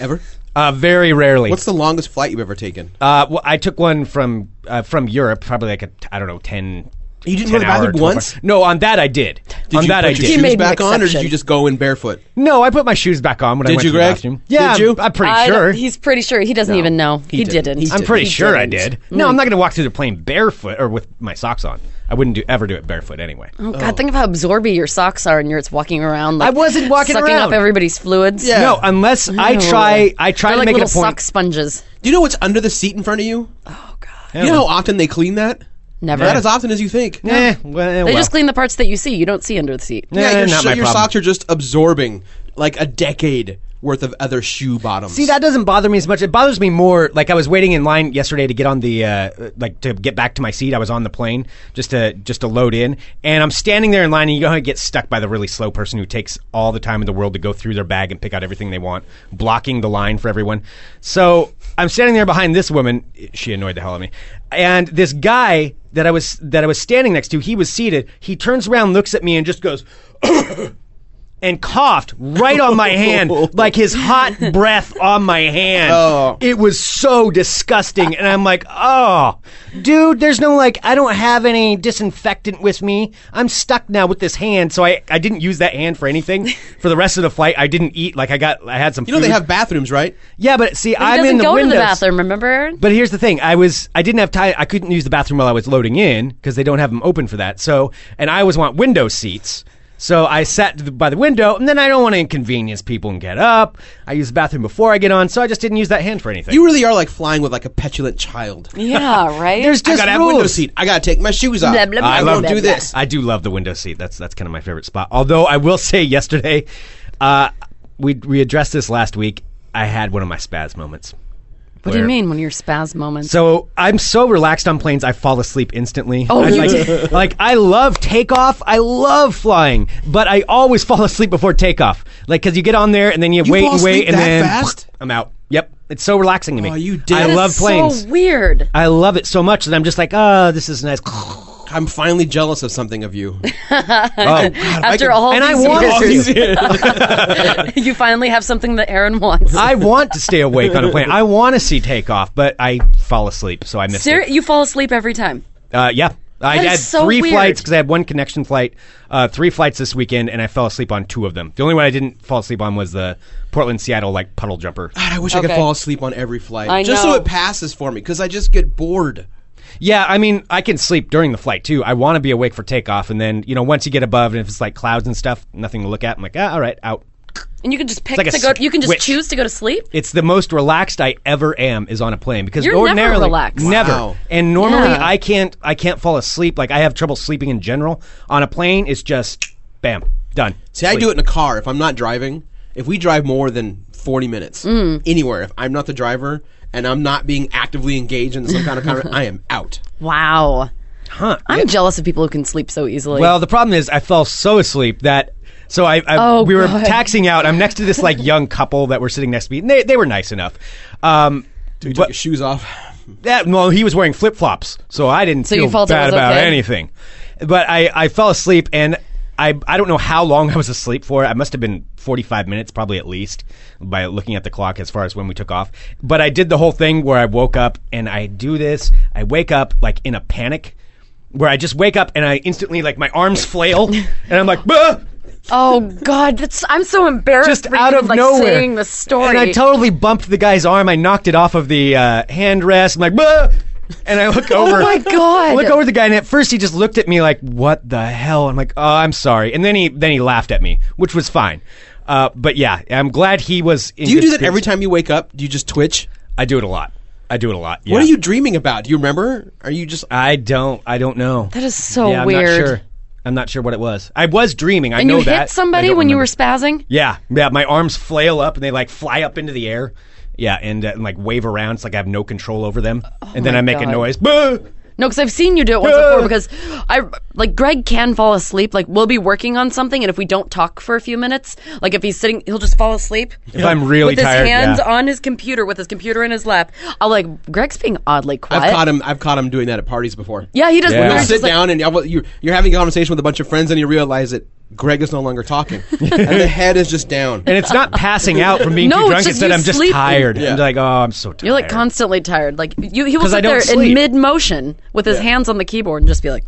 [SPEAKER 7] ever?
[SPEAKER 1] Uh, very rarely.
[SPEAKER 7] What's the longest flight you've ever taken?
[SPEAKER 1] uh, well, I took one from uh, from Europe, probably like a I don't know ten.
[SPEAKER 7] You didn't go to
[SPEAKER 1] 10
[SPEAKER 7] the
[SPEAKER 1] hour,
[SPEAKER 7] bathroom
[SPEAKER 1] 12 hour-
[SPEAKER 7] once?
[SPEAKER 1] No, on that I did.
[SPEAKER 7] Did
[SPEAKER 1] on
[SPEAKER 7] you
[SPEAKER 1] that
[SPEAKER 7] put
[SPEAKER 1] I
[SPEAKER 7] your
[SPEAKER 1] did.
[SPEAKER 6] He
[SPEAKER 7] shoes
[SPEAKER 6] made an
[SPEAKER 7] back on, or did
[SPEAKER 6] exception.
[SPEAKER 7] you just go in barefoot?
[SPEAKER 1] No, I put my shoes back on when I
[SPEAKER 7] Did
[SPEAKER 1] went
[SPEAKER 7] you,
[SPEAKER 1] to
[SPEAKER 7] Greg?
[SPEAKER 1] the bathroom. Yeah,
[SPEAKER 7] Did you?
[SPEAKER 1] I'm pretty
[SPEAKER 6] I don't-
[SPEAKER 1] sure.
[SPEAKER 6] he's pretty sure. He doesn't even know. He, Mm. didn't.
[SPEAKER 7] He
[SPEAKER 1] I'm pretty
[SPEAKER 7] He
[SPEAKER 1] sure I
[SPEAKER 7] didn't.
[SPEAKER 1] did. No, I'm not going to walk through the plane barefoot or with my socks on. I wouldn't do ever do it barefoot anyway.
[SPEAKER 6] Oh, God, think of how absorby your socks are, and you're it's walking around. Like,
[SPEAKER 1] I wasn't walking
[SPEAKER 6] sucking up
[SPEAKER 1] around.
[SPEAKER 6] everybody's fluids.
[SPEAKER 7] Yeah.
[SPEAKER 1] No, unless I try. I try
[SPEAKER 6] They're
[SPEAKER 1] to
[SPEAKER 6] like
[SPEAKER 1] make it
[SPEAKER 6] little
[SPEAKER 1] a point.
[SPEAKER 6] sock sponges.
[SPEAKER 7] Do you know what's under the seat in front of you? Oh God! You know how often they clean that?
[SPEAKER 6] Never.
[SPEAKER 7] Not as often as you think.
[SPEAKER 1] Eh, well,
[SPEAKER 6] They
[SPEAKER 1] well.
[SPEAKER 6] just clean the parts that you see. You don't see under the seat.
[SPEAKER 1] Eh,
[SPEAKER 7] Yeah, your,
[SPEAKER 1] not
[SPEAKER 7] sho-
[SPEAKER 1] my
[SPEAKER 7] your
[SPEAKER 1] problem.
[SPEAKER 7] socks are just absorbing like a decade worth of other shoe bottoms.
[SPEAKER 1] See, that doesn't bother me as much. It bothers me more. Like I was waiting in line yesterday to get on the uh, like to get back to my seat. I was on the plane just to just to load in, and I'm standing there in line, and you know how you get stuck by the really slow person who takes all the time in the world to go through their bag and pick out everything they want, blocking the line for everyone. So I'm standing there behind this woman. She annoyed the hell out of me, and this guy that I was that I was standing next to, he was seated. He turns around, looks at me, and just goes. and coughed right on my hand, like his hot breath on my hand.
[SPEAKER 7] Oh.
[SPEAKER 1] It was so disgusting. And I'm like, oh, dude, there's no like, I don't have any disinfectant with me. I'm stuck now with this hand. So I, I didn't use that hand for anything. For the rest of the flight, I didn't eat. Like, I got, I had some
[SPEAKER 7] you know they
[SPEAKER 1] food.
[SPEAKER 7] have bathrooms, right?
[SPEAKER 1] Yeah, but see,
[SPEAKER 6] He
[SPEAKER 1] I'm
[SPEAKER 6] doesn't
[SPEAKER 1] in the
[SPEAKER 6] go
[SPEAKER 1] windows.
[SPEAKER 6] to the bathroom. Remember, Aaron?
[SPEAKER 1] But here's the thing: I was I didn't have time. I couldn't use the bathroom while I was loading in because they don't have them open for that. So, and I always want window seats. So I sat to the- by the window, and then I don't want to inconvenience people and get up. I use the bathroom before I get on, so I just didn't use that hand for anything.
[SPEAKER 7] You really are like flying with like a petulant child.
[SPEAKER 6] yeah, right.
[SPEAKER 1] There's
[SPEAKER 7] I
[SPEAKER 1] just
[SPEAKER 7] gotta have
[SPEAKER 1] rules.
[SPEAKER 7] window seat. I gotta take my shoes off.
[SPEAKER 6] Blah, blah, blah,
[SPEAKER 7] I
[SPEAKER 1] blah,
[SPEAKER 7] won't
[SPEAKER 1] blah,
[SPEAKER 7] do
[SPEAKER 6] blah.
[SPEAKER 7] this.
[SPEAKER 1] I do love the window seat. That's that's kind of my favorite spot. Although I will say, yesterday, uh, we we addressed this last week. I had one of my spaz moments.
[SPEAKER 6] what do you mean when your spaz moments?
[SPEAKER 1] So I'm so relaxed on planes, I fall asleep instantly.
[SPEAKER 6] Oh,
[SPEAKER 1] I,
[SPEAKER 6] you
[SPEAKER 1] like,
[SPEAKER 6] did.
[SPEAKER 1] like, I love takeoff. I love flying, but I always fall asleep before takeoff. Like because you get on there and then you,
[SPEAKER 7] You
[SPEAKER 1] wait
[SPEAKER 7] fall
[SPEAKER 1] and wait
[SPEAKER 7] asleep
[SPEAKER 1] and
[SPEAKER 7] that
[SPEAKER 1] then
[SPEAKER 7] fast?
[SPEAKER 1] I'm out. Yep, it's so relaxing to me.
[SPEAKER 7] Oh, you did.
[SPEAKER 1] I
[SPEAKER 7] That is
[SPEAKER 1] love planes.
[SPEAKER 6] So weird.
[SPEAKER 1] I love it so much that I'm just like, oh, this is nice.
[SPEAKER 7] I'm finally jealous of something of you.
[SPEAKER 6] After
[SPEAKER 7] could-
[SPEAKER 6] all
[SPEAKER 1] and I
[SPEAKER 6] these
[SPEAKER 1] want
[SPEAKER 6] years,
[SPEAKER 1] to.
[SPEAKER 6] you finally have something that Aaron wants.
[SPEAKER 1] I want to stay awake on a plane. I want to see takeoff, but I fall asleep, so I miss
[SPEAKER 6] Ser-
[SPEAKER 1] it.
[SPEAKER 6] you fall asleep every time.
[SPEAKER 1] Uh, yeah. I
[SPEAKER 6] That is
[SPEAKER 1] had
[SPEAKER 6] so
[SPEAKER 1] three
[SPEAKER 6] weird.
[SPEAKER 1] flights because I had one connection flight, uh, three flights this weekend, and I fell asleep on two of them. The only one I didn't fall asleep on was the Portland Seattle like puddle jumper.
[SPEAKER 6] Ah.
[SPEAKER 7] God, I wish I could
[SPEAKER 6] Okay.
[SPEAKER 7] fall asleep on every flight.
[SPEAKER 6] I
[SPEAKER 7] just
[SPEAKER 6] know.
[SPEAKER 7] so it passes for me, because I just get bored.
[SPEAKER 1] yeah, I mean I can sleep during the flight too. I want to be awake for takeoff, and then you know once you get above and if it's like clouds and stuff, nothing to look at. I'm like, ah, all right, out.
[SPEAKER 6] And you can just pick
[SPEAKER 1] like a
[SPEAKER 6] to go. You can just
[SPEAKER 1] switch.
[SPEAKER 6] choose to go to sleep.
[SPEAKER 1] It's the most relaxed I ever am is on a plane because
[SPEAKER 6] You're never
[SPEAKER 1] ordinarily
[SPEAKER 6] relaxed.
[SPEAKER 1] never.
[SPEAKER 7] Wow.
[SPEAKER 1] And normally
[SPEAKER 6] Yeah.
[SPEAKER 1] I can't I can't fall asleep. Like I have trouble sleeping in general. On a plane, it's just bam done.
[SPEAKER 7] See, I do it in a car if I'm not driving. If we drive more than 40 minutes
[SPEAKER 6] Mm.
[SPEAKER 7] anywhere, if I'm not the driver and I'm not being actively engaged in some kind of conversation, I am out.
[SPEAKER 6] Wow.
[SPEAKER 1] huh?
[SPEAKER 6] I'm
[SPEAKER 1] yeah.
[SPEAKER 6] jealous of people who can sleep so easily.
[SPEAKER 1] Well, the problem is I fell so asleep that so I, I
[SPEAKER 6] Oh,
[SPEAKER 1] we were
[SPEAKER 6] God.
[SPEAKER 1] taxing out. I'm next to this like young couple that were sitting next to me, and they they were nice enough. Um,
[SPEAKER 7] Dude,
[SPEAKER 1] but-
[SPEAKER 7] took his shoes off.
[SPEAKER 1] that well, he was wearing flip flops, so I didn't
[SPEAKER 6] So you
[SPEAKER 1] feel
[SPEAKER 6] felt it
[SPEAKER 1] bad
[SPEAKER 6] was
[SPEAKER 1] about
[SPEAKER 6] okay?
[SPEAKER 1] anything. But I, I fell asleep, and I I don't know how long I was asleep for. I must have been forty five minutes, probably at least, by looking at the clock as far as when we took off. But I did the whole thing where I woke up, and I do this. I wake up like in a panic, where I just wake up and I instantly like my arms flail, and I'm like, bah!
[SPEAKER 6] oh God, that's I'm so embarrassed.
[SPEAKER 1] just
[SPEAKER 6] for
[SPEAKER 1] out
[SPEAKER 6] you,
[SPEAKER 1] of
[SPEAKER 6] like,
[SPEAKER 1] nowhere.
[SPEAKER 6] saying the story.
[SPEAKER 1] and I totally bumped the guy's arm. I knocked it off of the uh, handrest. I'm like, bah! and I look over.
[SPEAKER 6] Oh my God!
[SPEAKER 1] look over at the guy, and at first he just looked at me like, "What the hell?" I'm like, "Oh, I'm sorry," and then he then he laughed at me, which was fine. Uh, but yeah, I'm glad he was. In
[SPEAKER 7] Do you
[SPEAKER 1] good
[SPEAKER 7] do that every
[SPEAKER 1] spirits.
[SPEAKER 7] time you wake up? Do you just twitch?
[SPEAKER 1] I do it a lot. I do it a lot.
[SPEAKER 7] What
[SPEAKER 1] yeah.
[SPEAKER 7] are you dreaming about? Do you remember? Are you just?
[SPEAKER 1] I don't. I don't know.
[SPEAKER 6] That is so
[SPEAKER 1] yeah, I'm
[SPEAKER 6] weird.
[SPEAKER 1] Not sure. I'm not sure what it was. I was dreaming. I
[SPEAKER 6] and
[SPEAKER 1] know
[SPEAKER 6] you
[SPEAKER 1] that.
[SPEAKER 6] hit somebody
[SPEAKER 1] I
[SPEAKER 6] when
[SPEAKER 1] don't
[SPEAKER 6] you were
[SPEAKER 1] remember.
[SPEAKER 6] spazzing.
[SPEAKER 1] Yeah, yeah. My arms flail up and they like fly up into the air. Yeah, and, uh, and like wave around. It's like I have no control over them. and then
[SPEAKER 6] Oh my
[SPEAKER 1] I make
[SPEAKER 6] God.
[SPEAKER 1] a noise. Bah!
[SPEAKER 6] No, because I've seen you do it once
[SPEAKER 1] Yeah.
[SPEAKER 6] before. Because I like Greg can fall asleep. Like we'll be working on something, and if we don't talk for a few minutes, like if he's sitting, he'll just fall asleep.
[SPEAKER 1] If I'm really
[SPEAKER 6] with his
[SPEAKER 1] tired,
[SPEAKER 6] hands
[SPEAKER 1] yeah.
[SPEAKER 6] on his computer, with his computer in his lap, I'll like Greg's being oddly quiet.
[SPEAKER 7] I've caught him. I've caught him doing that at parties before.
[SPEAKER 6] Yeah, he does.
[SPEAKER 1] Yeah.
[SPEAKER 6] when
[SPEAKER 1] We'll
[SPEAKER 6] he's
[SPEAKER 1] It's
[SPEAKER 7] sit
[SPEAKER 6] just like-
[SPEAKER 7] down and you're, you're- you're having a conversation with a bunch of friends and you realize that Greg is no longer talking and the head is just down.
[SPEAKER 1] And it's not passing out from being
[SPEAKER 6] No,
[SPEAKER 1] too
[SPEAKER 6] it's
[SPEAKER 1] drunk.
[SPEAKER 6] just
[SPEAKER 1] instead,
[SPEAKER 6] you
[SPEAKER 1] I'm just
[SPEAKER 6] sleeping.
[SPEAKER 1] tired.
[SPEAKER 7] Yeah.
[SPEAKER 1] I'm like, oh, I'm so tired.
[SPEAKER 6] You're like constantly tired. Like you, he will
[SPEAKER 1] 'Cause I
[SPEAKER 6] sit
[SPEAKER 1] don't
[SPEAKER 6] there in
[SPEAKER 1] sleep.
[SPEAKER 6] mid motion with his hands on the keyboard and just be like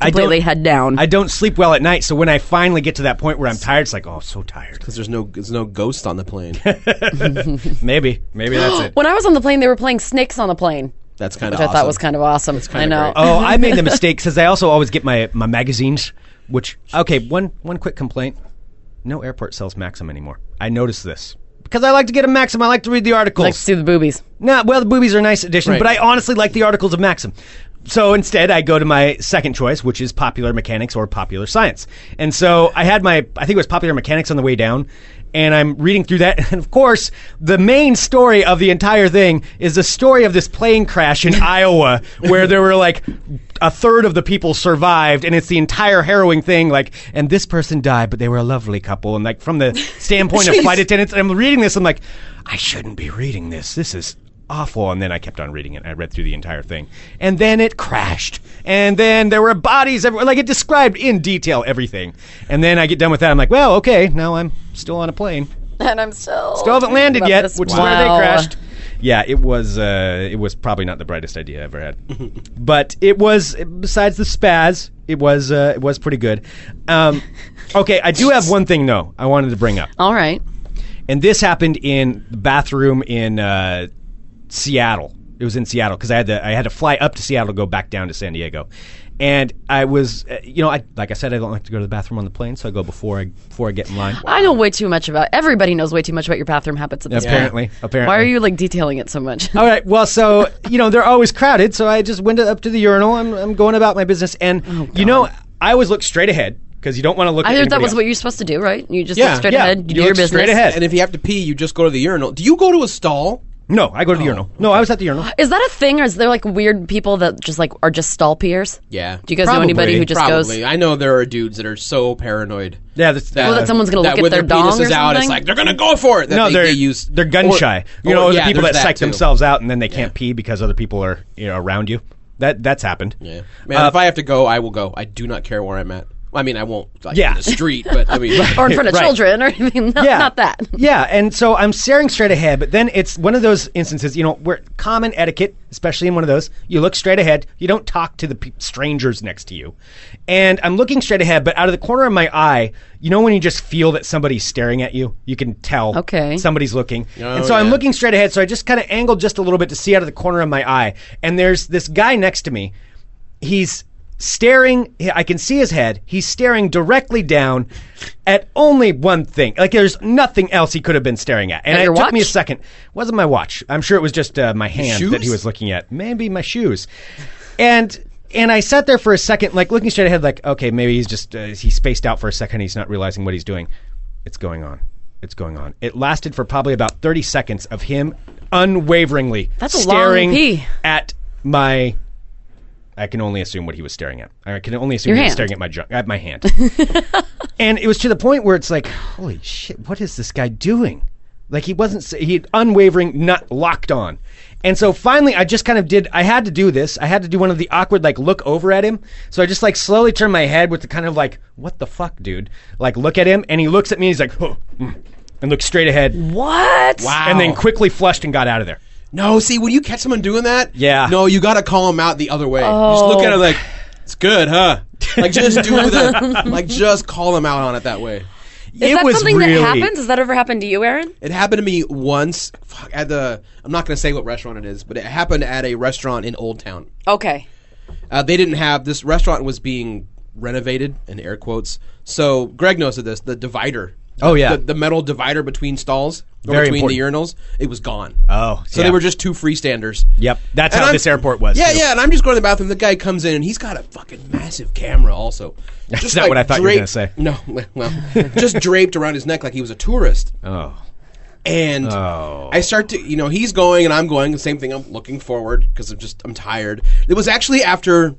[SPEAKER 1] I don't-
[SPEAKER 6] completely head down.
[SPEAKER 1] I don't sleep well at night, so when I finally get to that point where I'm tired, it's like, oh, I'm so tired.
[SPEAKER 7] There's no there's no ghost on the plane.
[SPEAKER 1] Maybe, maybe that's it.
[SPEAKER 6] when I was on the plane, they were playing snakes on the plane,
[SPEAKER 7] That's kind
[SPEAKER 6] which
[SPEAKER 7] of
[SPEAKER 6] I thought was kind of awesome. I
[SPEAKER 7] kinda
[SPEAKER 6] know.
[SPEAKER 7] great.
[SPEAKER 1] Oh, I made the mistake because I also always get my my magazines. Which okay, one one quick complaint: no airport sells Maxim anymore. I noticed this because I like to get a Maxim. I like to read the articles.
[SPEAKER 6] Like to see the boobies.
[SPEAKER 1] Nah, well, the boobies are a nice addition,
[SPEAKER 7] Right.
[SPEAKER 1] but I honestly like the articles of Maxim. So instead, I go to my second choice, which is popular mechanics or popular science. And so I had my, I think it was popular mechanics on the way down, and I'm reading through that. And of course, the main story of the entire thing is the story of this plane crash in Iowa, where there were like a third of the people survived, and it's the entire harrowing thing. Like, and this person died, but they were a lovely couple. And like from the standpoint of flight attendants, and I'm reading this, I'm like, I shouldn't be reading this. This is awful. And then I kept on reading it. I read through the entire thing, and then it crashed. And then there were bodies everywhere. Like it described in detail everything. And then I get done with that. I'm like, well, okay, now I'm still on a plane.
[SPEAKER 6] And I'm still
[SPEAKER 1] Still haven't landed
[SPEAKER 6] about
[SPEAKER 1] yet,
[SPEAKER 6] this-
[SPEAKER 1] which is where they
[SPEAKER 6] Wow.
[SPEAKER 1] crashed. Yeah, it was. Uh, it was probably not the brightest idea I ever had, but it was. Besides the spaz, it was. Uh, it was pretty good. Um, okay, I do have one thing though. I wanted to bring up,
[SPEAKER 6] All right.
[SPEAKER 1] and this happened in the bathroom in uh, Seattle. It was in Seattle because I had to. I had to fly up to Seattle, go back down to San Diego, and I was. Uh, you know, I like I said, I don't like to go to the bathroom on the plane, so I go before I before I get in line.
[SPEAKER 6] I know way too much about. Everybody knows way too much about your bathroom habits at this point.
[SPEAKER 1] Apparently, apparently. Oh,
[SPEAKER 6] Why are you like detailing it so much?
[SPEAKER 1] All right. Well, so you know they're always crowded. So I just went up to the urinal. I'm, I'm going about my business, and you know I always look straight ahead because you don't want to look.
[SPEAKER 6] Oh, I
[SPEAKER 1] at
[SPEAKER 6] heard that
[SPEAKER 1] anybody
[SPEAKER 6] was
[SPEAKER 1] else.
[SPEAKER 6] what you're supposed to do, right? You just
[SPEAKER 7] Yeah,
[SPEAKER 6] look straight
[SPEAKER 1] yeah.
[SPEAKER 6] ahead,
[SPEAKER 1] You
[SPEAKER 6] you, do your
[SPEAKER 1] look
[SPEAKER 6] business.
[SPEAKER 1] straight ahead.
[SPEAKER 7] And if you have to pee, you just go to the urinal. Do you go to a stall?
[SPEAKER 1] No, I
[SPEAKER 6] Oh.
[SPEAKER 1] go to the urinal. No, I was at the urinal.
[SPEAKER 6] Is that a thing, or is there like weird people that just like are just stall peers?
[SPEAKER 7] Yeah.
[SPEAKER 6] Do you guys know anybody
[SPEAKER 1] Probably,
[SPEAKER 6] who just
[SPEAKER 7] Probably.
[SPEAKER 6] goes?
[SPEAKER 7] I know there are dudes that are so paranoid.
[SPEAKER 1] Yeah, that's,
[SPEAKER 7] That,
[SPEAKER 6] Well, that someone's gonna look at
[SPEAKER 7] with
[SPEAKER 6] their dong
[SPEAKER 7] penises
[SPEAKER 6] or
[SPEAKER 7] out. It's
[SPEAKER 6] something?
[SPEAKER 7] like they're gonna go for it. That
[SPEAKER 1] no,
[SPEAKER 7] they,
[SPEAKER 1] they're
[SPEAKER 7] they use
[SPEAKER 1] they're gun
[SPEAKER 7] or-
[SPEAKER 1] shy. You
[SPEAKER 7] or-
[SPEAKER 1] know,
[SPEAKER 7] yeah,
[SPEAKER 1] the people
[SPEAKER 7] there's
[SPEAKER 1] that psych
[SPEAKER 7] too.
[SPEAKER 1] themselves out and then they can't pee because other people are you know around you. That that's happened. Uh,
[SPEAKER 7] Yeah. Man, if I have to go, I will go. I do not care where I'm at. I mean, I won't like
[SPEAKER 1] Yeah.
[SPEAKER 7] in the street, but I mean,
[SPEAKER 6] Or in front of
[SPEAKER 1] Right.
[SPEAKER 6] children, or anything. No,
[SPEAKER 1] yeah,
[SPEAKER 6] Not that.
[SPEAKER 1] Yeah, and so I'm staring straight ahead, but then it's one of those instances, you know, where common etiquette, especially in one of those, you look straight ahead, you don't talk to the pe- strangers next to you. And I'm looking straight ahead, but out of the corner of my eye, you know when you just feel that somebody's staring at you, you can tell
[SPEAKER 6] Okay.
[SPEAKER 1] somebody's looking. and
[SPEAKER 7] Oh,
[SPEAKER 1] so I'm
[SPEAKER 7] yeah.
[SPEAKER 1] looking straight ahead, so I just kind of angled just a little bit to see out of the corner of my eye, and there's this guy next to me he's staring i can see his head he's staring directly down at only one thing like there's nothing else he could have been staring at and
[SPEAKER 6] At
[SPEAKER 1] it
[SPEAKER 6] your
[SPEAKER 1] took me a
[SPEAKER 6] watch?
[SPEAKER 1] second wasn't my watch i'm sure it was just uh, my hand that he
[SPEAKER 7] shoes?
[SPEAKER 1] was looking at maybe my shoes and and i sat there for a second like looking straight ahead like okay maybe he's just uh, he spaced out for a second he's not realizing what he's doing it's going on it's going on it lasted for probably about 30 seconds of him unwaveringly
[SPEAKER 6] That's a long
[SPEAKER 1] staring
[SPEAKER 6] pee.
[SPEAKER 1] at my I can only assume what he was staring at. I can only assume
[SPEAKER 6] Your
[SPEAKER 1] he was
[SPEAKER 6] hand.
[SPEAKER 1] staring at my junk, at my hand. and it was to the point where it's like, holy shit, what is this guy doing? Like he wasn't s- he had unwavering, not locked on. And so finally, I just kind of did. I had to do this. I had to do one of the awkward, like look over at him. So I just like slowly turned my head with the kind of like, what the fuck, dude? Like look at him, and he looks at me. He's like, oh, mm, and looks straight ahead,
[SPEAKER 6] What?
[SPEAKER 7] Wow.
[SPEAKER 1] and then quickly flushed and got out of there.
[SPEAKER 7] No, see, when you catch someone doing that,
[SPEAKER 1] Yeah.
[SPEAKER 7] no, you gotta call them out the other way. Just look at him like, it's good, huh? Like just do that. like just call them out on it that way.
[SPEAKER 6] Is
[SPEAKER 1] it
[SPEAKER 6] that
[SPEAKER 1] was
[SPEAKER 6] something
[SPEAKER 1] really
[SPEAKER 6] that happens? Has that ever happened to you, Aaron?
[SPEAKER 7] It happened to me once fuck, at the. I'm not gonna say what restaurant it is, but it happened at a restaurant in Old Town.
[SPEAKER 6] Okay.
[SPEAKER 7] Uh, they didn't have this restaurant was being renovated in air quotes. So Greg knows of this. The divider.
[SPEAKER 1] Oh, yeah.
[SPEAKER 7] the, the metal divider between stalls or
[SPEAKER 1] Very
[SPEAKER 7] between the urinals. It was gone.
[SPEAKER 1] Oh,
[SPEAKER 7] so
[SPEAKER 1] yeah.
[SPEAKER 7] they were just two freestanders.
[SPEAKER 1] Yep, that's
[SPEAKER 7] And
[SPEAKER 1] how
[SPEAKER 7] I'm-
[SPEAKER 1] this airport was.
[SPEAKER 7] Yeah,
[SPEAKER 1] too.
[SPEAKER 7] yeah. And I'm just going to the bathroom. The guy comes in and he's got a fucking massive camera. Also, that's
[SPEAKER 1] not what I thought you were gonna say.
[SPEAKER 7] No, well, just draped around his neck like he was a tourist.
[SPEAKER 1] Oh.
[SPEAKER 7] And I start to, you know, he's going and I'm going. The same thing. I'm looking forward because I'm just, I'm tired. It was actually after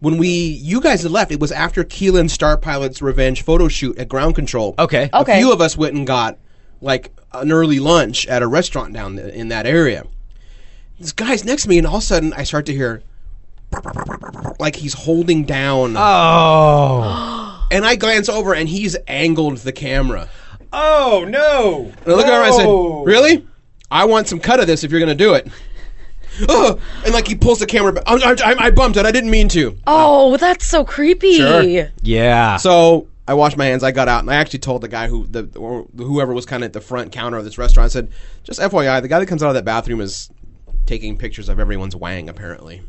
[SPEAKER 7] when we, you guys had left. It was after Keelan Star Pilot's Revenge photo shoot at Ground Control.
[SPEAKER 1] Okay.
[SPEAKER 7] A
[SPEAKER 6] Okay.
[SPEAKER 7] few of us went and got like an early lunch at a restaurant down th- in that area. This guy's next to me, and all of a sudden I start to hear like he's holding down,
[SPEAKER 1] Uh. Oh.
[SPEAKER 7] and I glance over, and he's angled the camera.
[SPEAKER 1] Oh no. Oh.
[SPEAKER 7] And I look over and I
[SPEAKER 1] No.
[SPEAKER 7] said, "Really? I want some cut of this if you're going to do it." Ugh. And like he pulls the camera back. I, I, I bumped it. I didn't mean to.
[SPEAKER 6] Oh, that's so creepy.
[SPEAKER 7] Sure.
[SPEAKER 1] Yeah.
[SPEAKER 7] So I washed my hands. I got out, and I actually told the guy who the or whoever was kind of at the front counter of this restaurant. I said, "Just FYI, the guy that comes out of that bathroom is taking pictures of everyone's wang, apparently."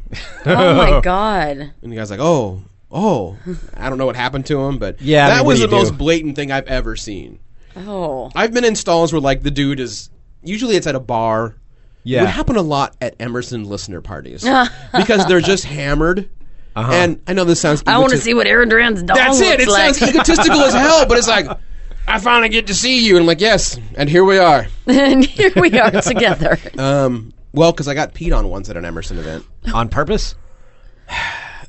[SPEAKER 6] Oh my god.
[SPEAKER 7] And the guy's like, "Oh, oh, I don't know what happened to him, but
[SPEAKER 1] Yeah, I
[SPEAKER 7] that
[SPEAKER 1] mean, what
[SPEAKER 7] was
[SPEAKER 1] do
[SPEAKER 7] the
[SPEAKER 1] you do?"
[SPEAKER 7] most blatant thing I've ever seen."
[SPEAKER 6] Oh.
[SPEAKER 7] I've been in stalls where like the dude is usually it's at a bar.
[SPEAKER 1] Yeah.
[SPEAKER 7] It would happen a lot at Emerson listener parties because they're just hammered.
[SPEAKER 1] Uh-huh.
[SPEAKER 7] And I know this sounds.
[SPEAKER 6] I want to
[SPEAKER 7] egotis-
[SPEAKER 6] see what Aaron Duran's dog
[SPEAKER 7] That's
[SPEAKER 6] looks
[SPEAKER 7] it. It
[SPEAKER 6] like.
[SPEAKER 7] sounds egotistical as hell, but it's like I finally get to see you, and I'm like yes, and here we are.
[SPEAKER 6] and here we are together.
[SPEAKER 7] Um, well, because I got peed on once at an Emerson event.
[SPEAKER 1] On purpose?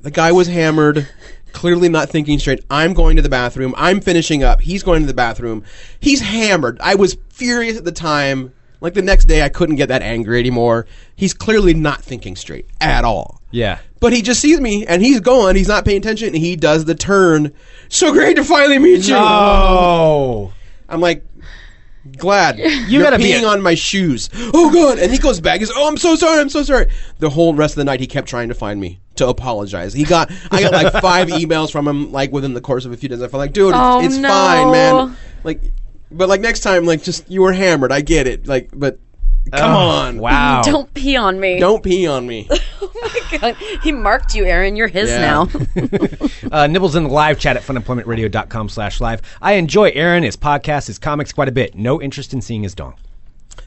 [SPEAKER 7] The guy was hammered, clearly not thinking straight. I'm going to the bathroom. I'm finishing up. He's going to the bathroom. He's hammered. I was furious at the time. Like the next day, I couldn't get that angry anymore. He's clearly not thinking straight at all.
[SPEAKER 1] Yeah.
[SPEAKER 7] But he just sees me and he's going. He's not paying attention. And he does the turn. So great to finally meet you.
[SPEAKER 1] Oh.
[SPEAKER 7] I'm like, glad. You
[SPEAKER 1] gotta be
[SPEAKER 7] peeing
[SPEAKER 1] a-
[SPEAKER 7] on my shoes. Oh god! And he goes back. He's oh, I'm so sorry. I'm so sorry. The whole rest of the night, he kept trying to find me to apologize. He got I got like five emails from him like within the course of a few days. I felt like, dude, it's,
[SPEAKER 6] Oh,
[SPEAKER 7] it's
[SPEAKER 6] no.
[SPEAKER 7] fine, man. Like, but like next time, like just you were hammered. I get it. Like, but come on,
[SPEAKER 1] Wow.
[SPEAKER 6] Don't pee on me.
[SPEAKER 7] Don't pee on me.
[SPEAKER 6] He marked you, Aaron. You're his
[SPEAKER 7] Yeah.
[SPEAKER 6] now.
[SPEAKER 1] Uh, Nibbles in the live chat at funemploymentradio.com slash live. I enjoy Aaron, his podcast, his comics quite a bit. No interest in seeing his dong.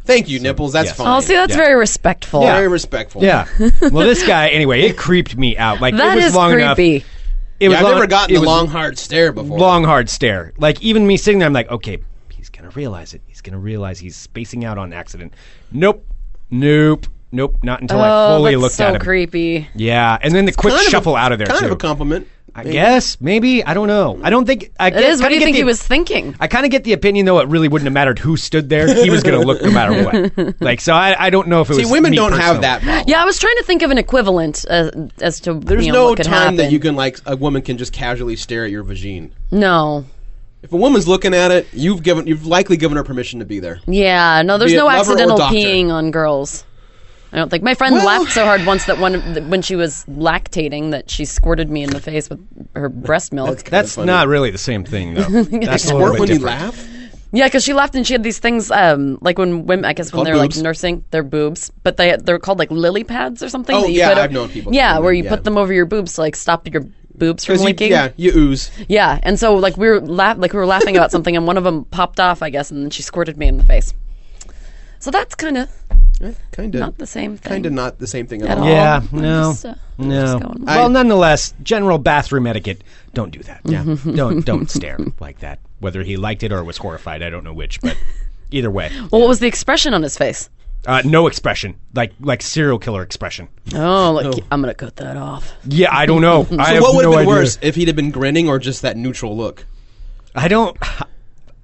[SPEAKER 7] Thank you, nipples. That's fine.
[SPEAKER 6] oh, see, that's very respectful.
[SPEAKER 7] Very respectful.
[SPEAKER 1] Yeah. well, this guy, anyway, it creeped me out. Like,
[SPEAKER 6] That
[SPEAKER 1] it was
[SPEAKER 6] is
[SPEAKER 1] long
[SPEAKER 6] creepy.
[SPEAKER 1] enough. It
[SPEAKER 7] Yeah,
[SPEAKER 1] was
[SPEAKER 7] I've
[SPEAKER 1] long,
[SPEAKER 7] never gotten
[SPEAKER 1] it
[SPEAKER 7] a
[SPEAKER 1] was
[SPEAKER 7] long hard stare before.
[SPEAKER 1] long, hard stare. Like, even me sitting there, I'm like, okay, he's going to realize it. He's going to realize he's spacing out on accident. Nope. Nope. Nope. Not until I
[SPEAKER 6] Oh,
[SPEAKER 1] fully
[SPEAKER 6] that's
[SPEAKER 1] looked
[SPEAKER 6] so
[SPEAKER 1] at him.
[SPEAKER 6] creepy.
[SPEAKER 1] Yeah, and then the quick
[SPEAKER 7] Kind of a-
[SPEAKER 1] shuffle out of there
[SPEAKER 7] Kind
[SPEAKER 1] too.
[SPEAKER 7] of a compliment.
[SPEAKER 1] I guess maybe I don't know. I don't think I
[SPEAKER 6] It is. What do you think
[SPEAKER 1] the,
[SPEAKER 6] he was thinking?
[SPEAKER 1] I kind of get the opinion though it really wouldn't have mattered who stood there. He was going to look no matter what. Like so, I, I don't know if it
[SPEAKER 7] See,
[SPEAKER 1] was.
[SPEAKER 7] women
[SPEAKER 1] me
[SPEAKER 7] don't
[SPEAKER 1] personally.
[SPEAKER 7] have that. Problem.
[SPEAKER 6] Yeah, I was trying to think of an equivalent uh, as to
[SPEAKER 7] There's
[SPEAKER 6] you know,
[SPEAKER 7] no
[SPEAKER 6] what could
[SPEAKER 7] time
[SPEAKER 6] happen.
[SPEAKER 7] that you can like a woman can just casually stare at your vagine.
[SPEAKER 6] No.
[SPEAKER 7] If a woman's looking at it, you've given you've likely given her permission to be there.
[SPEAKER 6] Yeah, no, there's
[SPEAKER 7] Be it
[SPEAKER 6] no
[SPEAKER 7] lover or
[SPEAKER 6] accidental
[SPEAKER 7] doctor.
[SPEAKER 6] peeing on girls. I don't think my friend
[SPEAKER 7] Well-
[SPEAKER 6] laughed so hard once that one that when she was lactating that she squirted me in the face with her breast milk.
[SPEAKER 1] That's
[SPEAKER 7] funny.
[SPEAKER 1] not really the same thing though. That's a little
[SPEAKER 7] Squirt
[SPEAKER 1] bit
[SPEAKER 7] when you
[SPEAKER 1] different.
[SPEAKER 7] laugh.
[SPEAKER 6] yeah, because she laughed and she had these things um, like when women, I guess
[SPEAKER 7] Called
[SPEAKER 6] when they're
[SPEAKER 7] boobs?
[SPEAKER 6] like nursing, they're boobs, but they they're called like lily pads or something.
[SPEAKER 7] Oh,
[SPEAKER 6] that you
[SPEAKER 7] yeah,
[SPEAKER 6] put
[SPEAKER 7] I've
[SPEAKER 6] up-
[SPEAKER 7] known people
[SPEAKER 6] Yeah,
[SPEAKER 7] who-
[SPEAKER 6] where you
[SPEAKER 7] yeah.
[SPEAKER 6] put them over your boobs to like stop your boobs from
[SPEAKER 7] 'Cause you,
[SPEAKER 6] leaking.
[SPEAKER 7] yeah, you ooze.
[SPEAKER 6] Yeah, and so like we were laugh like we were laughing about something, and one of them popped off, I guess, and then she squirted me in the face. So that's kind of
[SPEAKER 7] Kind of.
[SPEAKER 6] not the same thing.
[SPEAKER 7] Kind of not the same thing at,
[SPEAKER 6] at
[SPEAKER 7] all.
[SPEAKER 6] all.
[SPEAKER 1] Yeah,
[SPEAKER 6] I'm
[SPEAKER 1] no,
[SPEAKER 6] just, uh, I'm
[SPEAKER 1] no.
[SPEAKER 6] just going-
[SPEAKER 1] well, nonetheless, general bathroom etiquette. Don't do that. Yeah,
[SPEAKER 7] Mm-hmm.
[SPEAKER 1] don't don't stare like that. Whether he liked it or was horrified, I don't know which, but either way,
[SPEAKER 6] Well, what was the expression on his face?
[SPEAKER 1] Uh, no expression, like like serial killer expression.
[SPEAKER 6] Oh, look, I'm gonna cut that off.
[SPEAKER 1] Yeah, I don't know. I
[SPEAKER 7] So
[SPEAKER 1] have
[SPEAKER 7] what would
[SPEAKER 1] no
[SPEAKER 7] have been
[SPEAKER 1] idea.
[SPEAKER 7] worse if he'd have been grinning or just that neutral look,
[SPEAKER 1] I don't.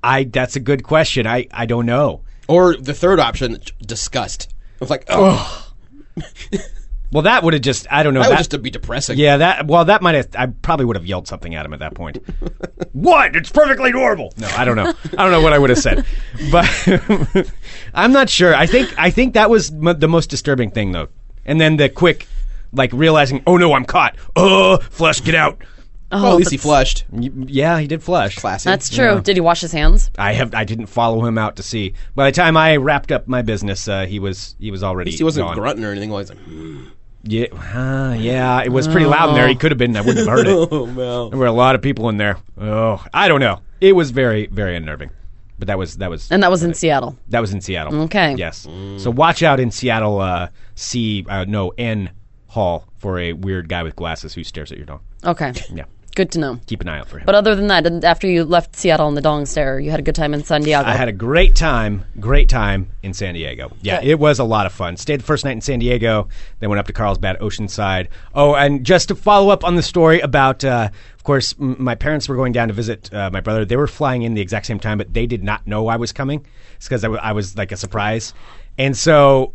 [SPEAKER 1] I that's a good question. I I don't know.
[SPEAKER 7] or the third option, disgust. It was like, oh,
[SPEAKER 1] Well, that would have just I don't know.
[SPEAKER 7] that would
[SPEAKER 1] that-
[SPEAKER 7] just be depressing.
[SPEAKER 1] yeah, that well, that might have. I probably would have yelled something at him at that point. what? It's perfectly normal. No, I don't know. I don't know what I would have said, but I'm not sure. I think I think that was m- the most disturbing thing though, and then the quick, like realizing, oh no, I'm caught. Uh, flush, get out.
[SPEAKER 7] Well,
[SPEAKER 1] Oh,
[SPEAKER 7] at least he flushed.
[SPEAKER 1] Y- Yeah, he did flush.
[SPEAKER 7] Classic.
[SPEAKER 6] Oh, That's true. Did he wash his hands?
[SPEAKER 1] I have I didn't follow him out to see. By the time I wrapped up my business, uh, he was he was already
[SPEAKER 7] he wasn't
[SPEAKER 1] gone.
[SPEAKER 7] grunting or anything. Like, "Mm,
[SPEAKER 1] Yeah, ah, yeah, it was pretty loud in there. He could have been. I wouldn't have heard it.
[SPEAKER 7] oh no.
[SPEAKER 1] There were a lot of people in there. Oh, I don't know. It was very very unnerving. But that was that was
[SPEAKER 6] And that was in Seattle.
[SPEAKER 1] that was in Seattle.
[SPEAKER 6] Okay.
[SPEAKER 1] Yes. So watch out in Seattle. Uh, C uh, no N Hall for a weird guy with glasses who stares at your dog.
[SPEAKER 6] Okay.
[SPEAKER 1] Yeah.
[SPEAKER 6] Good to know.
[SPEAKER 1] Keep an eye out for him.
[SPEAKER 6] But other than that, and after you left Seattle on the Dong Stare, you had a good time in San Diego.
[SPEAKER 1] I had a great time, great time in San Diego. Yeah,
[SPEAKER 6] Good.
[SPEAKER 1] it was a lot of fun. Stayed the first night in San Diego, then went up to Carlsbad, Oceanside. Oh, and just to follow up on the story about, uh, of course, m- my parents were going down to visit uh, my brother. They were flying in the exact same time, but they did not know I was coming. It's because I wa- I was like a surprise, and so.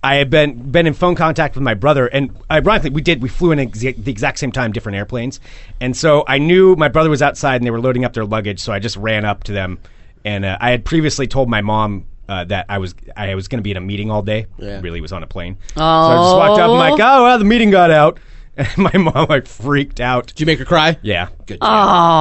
[SPEAKER 1] I had been been in phone contact with my brother, and ironically, we did. We flew in ex- the exact same time, different airplanes, and so I knew my brother was outside, and they were loading up their luggage. So I just ran up to them and uh, I had previously told my mom uh, that I was I was going to be in a meeting all day.
[SPEAKER 7] Yeah.
[SPEAKER 1] Really was on a plane. Oh. So I just walked up. I'm like, oh, well, the meeting got out. And my mom like freaked out.
[SPEAKER 7] Did you make her cry?
[SPEAKER 1] Yeah.
[SPEAKER 7] Good. job.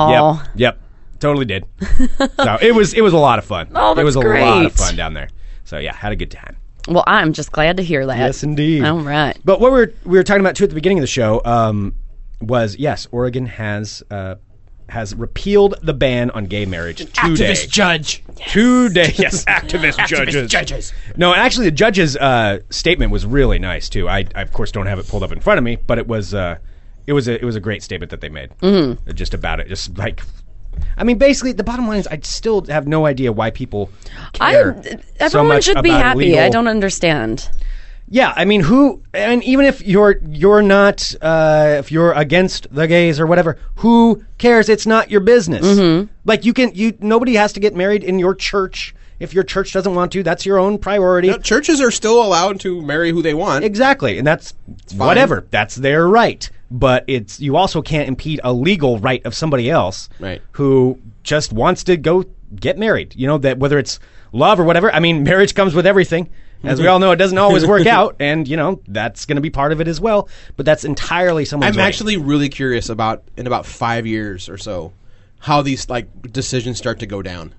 [SPEAKER 6] oh,
[SPEAKER 1] Yep. Yep. Totally did. so it was it was a lot of fun.
[SPEAKER 6] Oh,
[SPEAKER 1] it was a
[SPEAKER 6] that's
[SPEAKER 1] lot of
[SPEAKER 6] great.
[SPEAKER 1] fun down there. So yeah, had a good time.
[SPEAKER 6] well, I'm just glad to hear that.
[SPEAKER 1] Yes, indeed.
[SPEAKER 6] All right.
[SPEAKER 1] But what we were we were talking about too at the beginning of the show um, was yes, Oregon has uh, has repealed the ban on gay marriage today.
[SPEAKER 8] Activist judge.
[SPEAKER 1] Today, yes, activist judges.
[SPEAKER 8] judges.
[SPEAKER 1] No, and actually, the judge's uh, statement was really nice too. I, I, of course, don't have it pulled up in front of me, but it was, uh, it was, a, it was a great statement that they made
[SPEAKER 6] Mm-hmm.
[SPEAKER 1] mm. just about it. Just like, I mean, basically, the bottom line is, I still have no idea why people care.
[SPEAKER 6] I,
[SPEAKER 1] so
[SPEAKER 6] everyone
[SPEAKER 1] much
[SPEAKER 6] should be
[SPEAKER 1] about
[SPEAKER 6] happy. I
[SPEAKER 1] illegal-
[SPEAKER 6] don't understand.
[SPEAKER 1] Yeah, I mean, who? And even if you're you're not, uh, if you're against the gays or whatever, who cares? It's not your business. Like you can, you nobody has to get married in your church. If your church doesn't want to, that's your own priority.
[SPEAKER 7] No, churches are still allowed to marry who they want.
[SPEAKER 1] Exactly, and that's whatever. That's their right. But it's you also can't impede a legal right of somebody else
[SPEAKER 7] Right.
[SPEAKER 1] who just wants to go get married. You know that whether it's love or whatever. I mean, marriage comes with everything. As
[SPEAKER 7] Mm-hmm.
[SPEAKER 1] we all know, it doesn't always work out, and you know that's going to be part of it as well. But that's entirely someone's.
[SPEAKER 7] I'm
[SPEAKER 1] right.
[SPEAKER 7] actually really curious about in about five years or so how these like decisions start to go down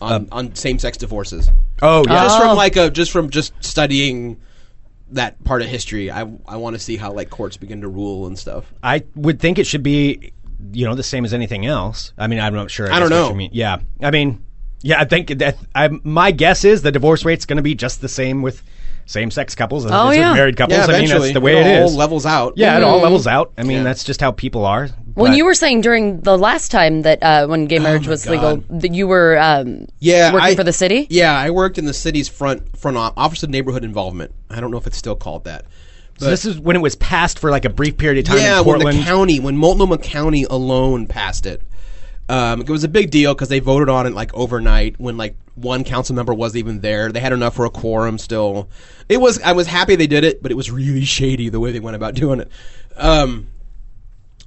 [SPEAKER 7] on, on same sex divorces.
[SPEAKER 1] Um, Oh yeah.
[SPEAKER 7] Just from like a just from just studying that part of history, I I want to see how like courts begin to rule and stuff.
[SPEAKER 1] I would think it should be, you know, the same as anything else. I mean, I'm not sure.
[SPEAKER 7] I don't
[SPEAKER 1] guess what
[SPEAKER 7] know.
[SPEAKER 1] you mean. Yeah, I mean, yeah, I think that I, my guess is the divorce rate's going to be just the same with same-sex couples as
[SPEAKER 6] Oh,
[SPEAKER 1] it is
[SPEAKER 6] yeah. Mm-hmm.
[SPEAKER 1] with married couples.
[SPEAKER 7] yeah,
[SPEAKER 1] I mean,
[SPEAKER 7] eventually
[SPEAKER 1] that's the way it
[SPEAKER 7] all
[SPEAKER 1] is.
[SPEAKER 7] levels out. Mm-hmm.
[SPEAKER 1] yeah, it all levels out. I mean,
[SPEAKER 7] Yeah.
[SPEAKER 1] that's just how people are.
[SPEAKER 6] When
[SPEAKER 1] but-
[SPEAKER 6] you were saying during the last time that uh, when
[SPEAKER 1] Oh
[SPEAKER 6] gay marriage was legal, that you were um,
[SPEAKER 7] yeah,
[SPEAKER 6] working
[SPEAKER 7] I-
[SPEAKER 6] for the city.
[SPEAKER 7] Yeah, I worked in the city's front front o- office of neighborhood involvement. I don't know if it's still called that.
[SPEAKER 1] so this is when it was passed for like a brief period of time
[SPEAKER 7] yeah,
[SPEAKER 1] in
[SPEAKER 7] when
[SPEAKER 1] Portland.
[SPEAKER 7] the county, when Multnomah County alone passed it, um, it was a big deal because they voted on it like overnight when like one council member wasn't even there. They had enough for a quorum still. It was I was happy they did it, but it was really shady the way they went about doing it. Um,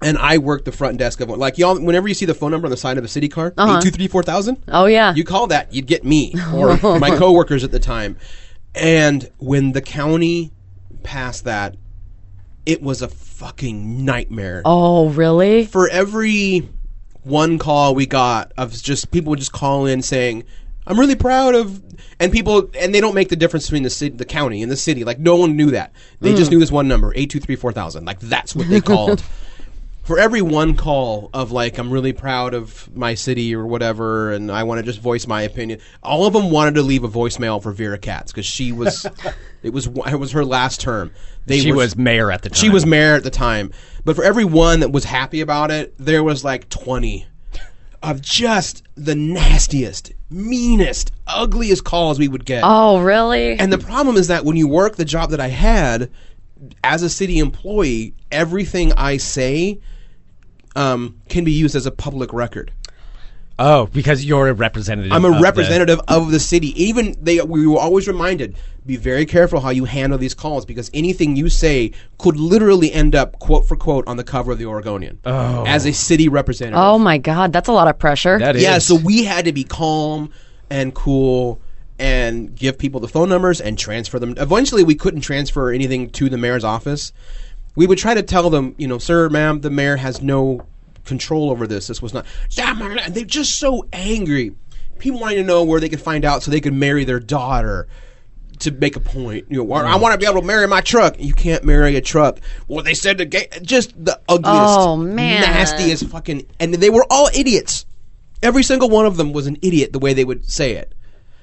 [SPEAKER 7] and I worked the front desk of one. Like y'all, whenever you see the phone number on the side of a city card, eight two three four thousand.
[SPEAKER 6] Uh-huh. Oh, yeah.
[SPEAKER 7] you call that, you'd get me or my coworkers at the time. And when the county passed that, it was a fucking nightmare.
[SPEAKER 6] Oh, really?
[SPEAKER 7] For every one call we got of just people would just call in saying, "I'm really proud of," and people and they don't make the difference between the city, the county, and the city. Like no one knew that. They just knew this one number, eight two three four thousand. Like that's what they called. For every one call of like I'm really proud of my city or whatever, and I want to just voice my opinion. All of them wanted to leave a voicemail for Vera Katz because she was, it was it was her last term. They
[SPEAKER 1] she
[SPEAKER 7] were-
[SPEAKER 1] was mayor at the time.
[SPEAKER 7] she was mayor at the time. But for every one that was happy about it, there was like 20. of just the nastiest, meanest, ugliest calls we would get.
[SPEAKER 6] Oh, really?
[SPEAKER 7] And the problem is that when you work the job that I had as a city employee, everything I say um, can be used as a public record.
[SPEAKER 1] Oh, because you're a representative.
[SPEAKER 7] I'm a
[SPEAKER 1] of the-
[SPEAKER 7] representative of the city. Even they, we were always reminded: be very careful how you handle these calls because anything you say could literally end up quote for quote on the cover of the Oregonian as a city representative.
[SPEAKER 6] oh my God, that's a lot of pressure.
[SPEAKER 1] that is.
[SPEAKER 7] yeah, so we had to be calm and cool and give people the phone numbers and transfer them. Eventually, we couldn't transfer anything to the mayor's office. We would try to tell them, you know, sir, ma'am, the mayor has no control over this. This was not. And they're just so angry. People wanting to know where they could find out so they could marry their daughter to make a point. You know, "Well,
[SPEAKER 1] Mm.
[SPEAKER 7] I want to be able to marry my truck. You can't marry a truck. Well, they said the gay, just the ugliest,
[SPEAKER 6] Oh, man.
[SPEAKER 7] nastiest fucking. And they were all idiots. Every single one of them was an idiot the way they would say it.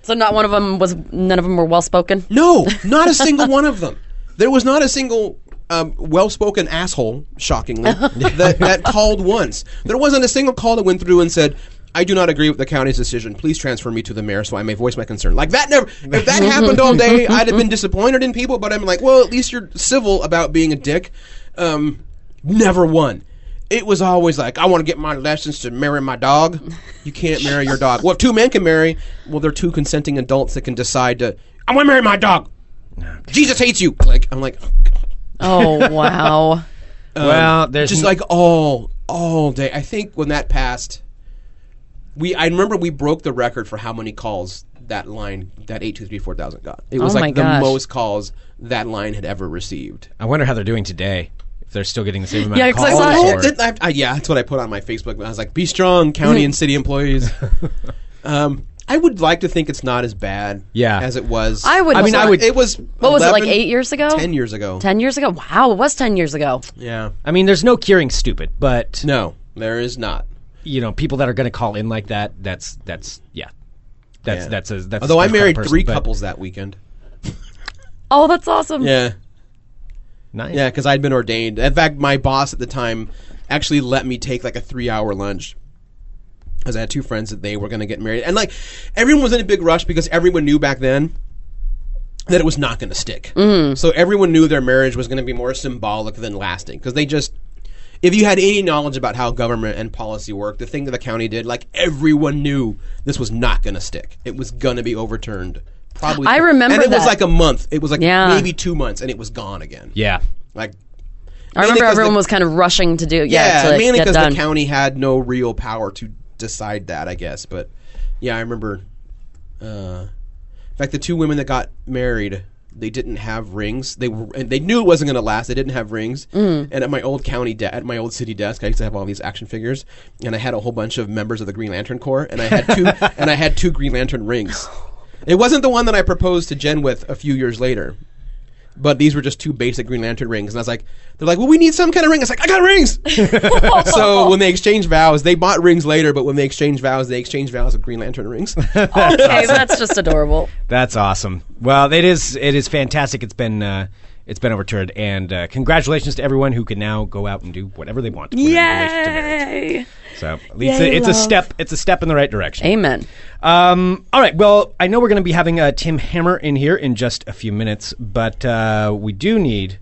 [SPEAKER 6] so not one of them was. None of them were well spoken.
[SPEAKER 7] No, not a single one of them. There was not a single um, well-spoken asshole, shockingly, that, that called once. There wasn't a single call that went through and said, "I do not agree with the county's decision. Please transfer me to the mayor so I may voice my concern." Like that never. If that happened all day, I'd have been disappointed in people. But I'm like, well, at least you're civil about being a dick. Um, never one. It was always like, I want to get my license to marry my dog. You can't marry your dog. Well, if two men can marry, well, they're two consenting adults that can decide to, I want to marry my dog. Jesus hates you. Like, I'm like,
[SPEAKER 6] Oh wow.
[SPEAKER 1] well, there's
[SPEAKER 7] just
[SPEAKER 1] n-
[SPEAKER 7] like all, all day. I think when that passed, we, I remember we broke the record for how many calls that line, that 8234000 got. It was
[SPEAKER 6] Oh my
[SPEAKER 7] like the
[SPEAKER 6] gosh.
[SPEAKER 7] most calls that line had ever received.
[SPEAKER 1] I wonder how they're doing today. If they're still getting the same amount
[SPEAKER 6] Yeah,
[SPEAKER 1] of
[SPEAKER 6] 'cause I
[SPEAKER 1] calls.
[SPEAKER 6] saw
[SPEAKER 7] I hope
[SPEAKER 1] or-
[SPEAKER 7] that- I- I- yeah, that's what I put on my Facebook. I was like, "Be strong, county and city employees." um, I would like to think it's not as bad,
[SPEAKER 1] Yeah.
[SPEAKER 7] as it was.
[SPEAKER 6] I would-
[SPEAKER 7] I mean,
[SPEAKER 1] I would-
[SPEAKER 7] It was.
[SPEAKER 6] What was it, like, eight years ago?
[SPEAKER 7] Ten years ago.
[SPEAKER 6] Ten years ago. Wow, it was ten years ago.
[SPEAKER 7] Yeah.
[SPEAKER 1] I mean, there's no curing stupid, but
[SPEAKER 7] No, there is not.
[SPEAKER 1] you know, people that are going to call in like that, that's that's yeah, that's
[SPEAKER 7] Yeah.
[SPEAKER 1] that's a that's. a
[SPEAKER 7] Although
[SPEAKER 1] special kind
[SPEAKER 7] I
[SPEAKER 1] of
[SPEAKER 7] married
[SPEAKER 1] person,
[SPEAKER 7] three
[SPEAKER 1] but-
[SPEAKER 7] couples that weekend.
[SPEAKER 6] Oh, that's awesome.
[SPEAKER 7] Yeah.
[SPEAKER 1] Nice.
[SPEAKER 7] Yeah, because I'd been ordained. In fact, my boss at the time actually let me take like a three hour lunch. Because I had two friends that they were going to get married. And like, everyone was in a big rush because everyone knew back then that it was not going to stick.
[SPEAKER 6] Mm-hmm.
[SPEAKER 7] So everyone knew their marriage was going to be more symbolic than lasting. Because they just, if you had any knowledge about how government and policy work, the thing that the county did, like, everyone knew this was not going to stick. It was going to be overturned. Probably.
[SPEAKER 6] I remember
[SPEAKER 7] And it was
[SPEAKER 6] that.
[SPEAKER 7] like a month. It was like
[SPEAKER 6] Yeah.
[SPEAKER 7] maybe two months, and it was gone again.
[SPEAKER 1] Yeah.
[SPEAKER 7] Like,
[SPEAKER 6] I remember
[SPEAKER 7] because
[SPEAKER 6] everyone
[SPEAKER 7] the-
[SPEAKER 6] was kind of rushing to do. Yeah,
[SPEAKER 7] yeah,
[SPEAKER 6] to, like,
[SPEAKER 7] mainly
[SPEAKER 6] get
[SPEAKER 7] because
[SPEAKER 6] done.
[SPEAKER 7] the county had no real power to decide that, I guess. But yeah, I remember. Uh, in fact, the two women that got married, they didn't have rings. They were, and they knew it wasn't going to last. They didn't have rings.
[SPEAKER 6] Mm.
[SPEAKER 7] And at my old county, de- at my old city desk, I used to have all these action figures, and I had a whole bunch of members of the Green Lantern Corps, and I had two, and I had two Green Lantern rings. It wasn't the one that I proposed to Jen with a few years later. But these were just two basic Green Lantern rings, and I was like, "They're like, well, we need some kind of ring." I was like, "I got rings." so when they exchanged vows, they bought rings later, but when they exchanged vows, they exchanged vows with Green Lantern rings.
[SPEAKER 6] okay, that's just adorable.
[SPEAKER 1] That's awesome. Well, it is. It is fantastic. It's been. Uh, it's been overturned, and uh, congratulations to everyone who can now go out and do whatever they want. within relation to marriage.
[SPEAKER 6] Yay!
[SPEAKER 1] So at least it's a step. It's a step in the right direction.
[SPEAKER 6] Amen.
[SPEAKER 1] Um, all right. Well, I know we're going to be having uh, Tim Hammer in here in just a few minutes, but uh, we do need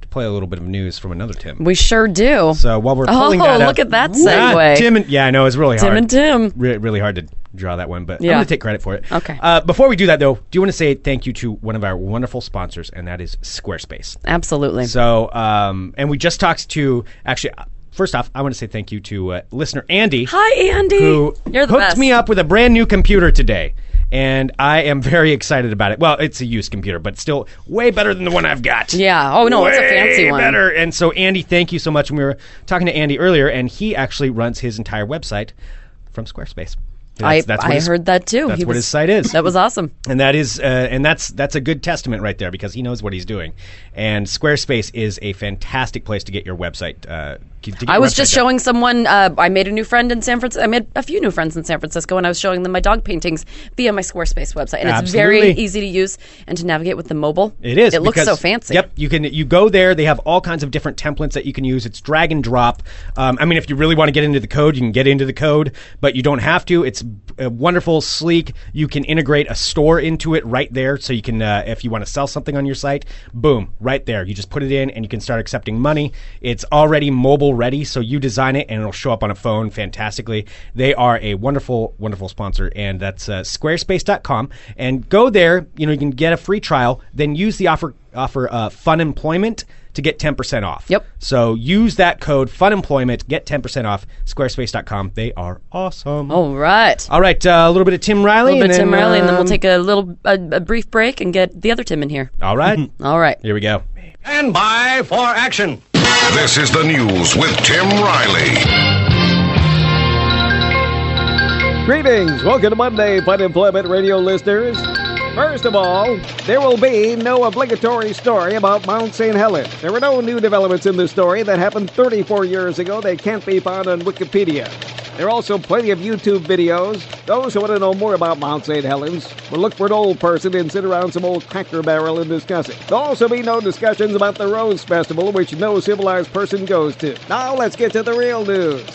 [SPEAKER 1] to play a little bit of news from another Tim.
[SPEAKER 6] We sure do.
[SPEAKER 1] So while we're pulling
[SPEAKER 6] oh,
[SPEAKER 1] that up,
[SPEAKER 6] look at that
[SPEAKER 1] Ah,
[SPEAKER 6] segue.
[SPEAKER 1] Tim and yeah, I know it's really
[SPEAKER 6] Tim
[SPEAKER 1] hard.
[SPEAKER 6] and Tim.
[SPEAKER 1] Re- really hard to draw that one, but
[SPEAKER 6] Yeah.
[SPEAKER 1] I'm going to take credit for it.
[SPEAKER 6] Okay.
[SPEAKER 1] Uh, before we do that, though, do you want to say thank you to one of our wonderful sponsors, and that is Squarespace.
[SPEAKER 6] Absolutely.
[SPEAKER 1] So, um, and we just talked to actually. uh, First off, I want to say thank you to uh, listener Andy
[SPEAKER 6] Hi, Andy.
[SPEAKER 1] who
[SPEAKER 6] You're the
[SPEAKER 1] hooked
[SPEAKER 6] best.
[SPEAKER 1] me up with a brand new computer today. And I am very excited about it. Well, it's a used computer, but still way better than the one I've got.
[SPEAKER 6] Yeah. Oh, no, it's a
[SPEAKER 1] Way
[SPEAKER 6] fancy one.
[SPEAKER 1] Better. And so, Andy, thank you so much. And we were talking to Andy earlier, and he actually runs his entire website from Squarespace. That's,
[SPEAKER 6] I,
[SPEAKER 1] that's what
[SPEAKER 6] I
[SPEAKER 1] his-
[SPEAKER 6] heard that too.
[SPEAKER 1] That's
[SPEAKER 6] He
[SPEAKER 1] what
[SPEAKER 6] was-
[SPEAKER 1] his site is.
[SPEAKER 6] That was awesome.
[SPEAKER 1] And that is, uh, and that's that's a good testament right there because he knows what he's doing. And Squarespace is a fantastic place to get your website uh, to get
[SPEAKER 6] I
[SPEAKER 1] your
[SPEAKER 6] was
[SPEAKER 1] website
[SPEAKER 6] just
[SPEAKER 1] done.
[SPEAKER 6] showing someone. Uh, I made a new friend in San Francisco. I made a few new friends in San Francisco, and I was showing them my dog paintings via my Squarespace website. And it's very
[SPEAKER 1] Absolutely.
[SPEAKER 6] easy to use and to navigate with the mobile.
[SPEAKER 1] It is.
[SPEAKER 6] It looks
[SPEAKER 1] because-
[SPEAKER 6] so fancy.
[SPEAKER 1] Yep. You can you go there. They have all kinds of different templates that you can use. It's drag and drop. Um, I mean, if you really want to get into the code, you can get into the code, but you don't have to. It's uh, wonderful, sleek. You can integrate a store into it right there, so you can uh, if you want to sell something on your site, boom, right there. You just put it in, and you can start accepting money. It's already mobile ready, so you design it, and it'll show up on a phone fantastically. They are a wonderful, wonderful sponsor, and that's uh, Squarespace.com. And go there. You know, you can get a free trial. Then use the offer offer uh, Fun Employment to get ten percent off.
[SPEAKER 6] Yep.
[SPEAKER 1] So use that code Fun Employment. Get ten percent off. Squarespace.com. They are awesome.
[SPEAKER 6] All right.
[SPEAKER 1] All right, uh, a little bit of Tim Riley.
[SPEAKER 6] a Oh. little
[SPEAKER 1] and
[SPEAKER 6] bit Tim
[SPEAKER 1] then,
[SPEAKER 6] Riley, and then we'll
[SPEAKER 1] um,
[SPEAKER 6] take a little a, a brief break and get the other Tim in here.
[SPEAKER 1] All right.
[SPEAKER 6] All right.
[SPEAKER 1] Here we go.
[SPEAKER 8] Stand by for action.
[SPEAKER 9] This is the news with Tim Riley.
[SPEAKER 10] Greetings. Welcome to Monday, Fun Employment Radio listeners. First of all, there will be no obligatory story about Mount St. Helens. There were no new developments in the story that happened 34 years ago. They can't be found on Wikipedia. There are also plenty of YouTube videos. Those who want to know more about Mount St. Helens will look for an old person and sit around some old cracker barrel and discuss it. There'll also be no discussions about the Rose Festival, which no civilized person goes to. Now let's get to the real news.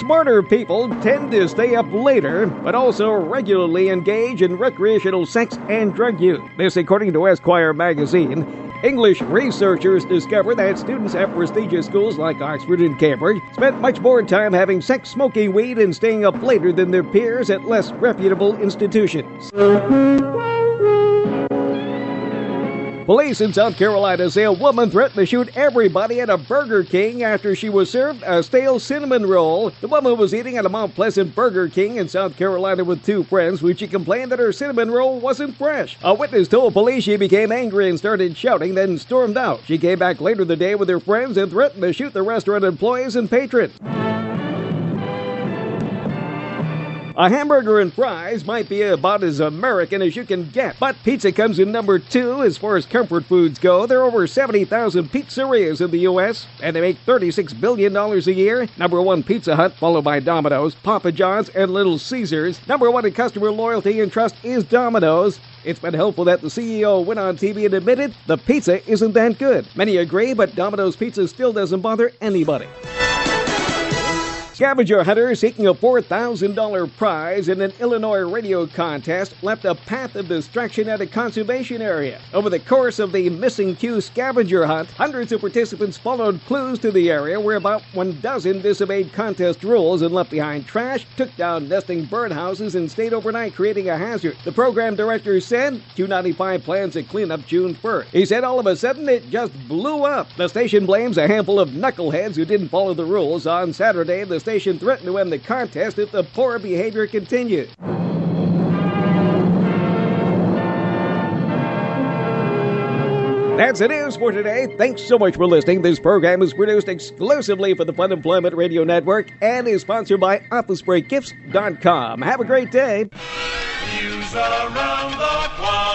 [SPEAKER 10] Smarter people tend to stay up later, but also regularly engage in recreational sex and drug use. This, according to Esquire magazine. English researchers discover that students at prestigious schools like Oxford and Cambridge spent much more time having sex, smoking weed, and staying up later than their peers at less reputable institutions. Police in South Carolina say a woman threatened to shoot everybody at a Burger King after she was served a stale cinnamon roll. The woman was eating at a Mount Pleasant Burger King in South Carolina with two friends when she complained that her cinnamon roll wasn't fresh. A witness told police she became angry and started shouting, then stormed out. She came back later the day with her friends and threatened to shoot the restaurant employees and patrons. A hamburger and fries might be about as American as you can get, but pizza comes in number two as far as comfort foods go. There are over 70,000 pizzerias in the U.S., and they make $36 billion a year. Number one, Pizza Hut, followed by Domino's, Papa John's, and Little Caesars. Number one in customer loyalty and trust is Domino's. It's been helpful that the CEO went on TV and admitted the pizza isn't that good. Many agree, but Domino's pizza still doesn't bother anybody. Scavenger hunter seeking a $4,000 prize in an Illinois radio contest left a path of destruction at a conservation area. Over the course of the Missing Q scavenger hunt, hundreds of participants followed clues to the area where about one dozen disobeyed contest rules and left behind trash, took down nesting birdhouses, and stayed overnight, creating a hazard. The program director said Q95 plans a cleanup June 1st. He said all of a sudden it just blew up. The station blames a handful of knuckleheads who didn't follow the rules. On Saturday, the station threatened to end the contest if the poor behavior continued. That's the news for today. Thanks so much for listening. This program is produced exclusively for the Fun Employment Radio Network and is sponsored by OfficeBreakGifts.com. Have a great day.
[SPEAKER 8] News around the clock.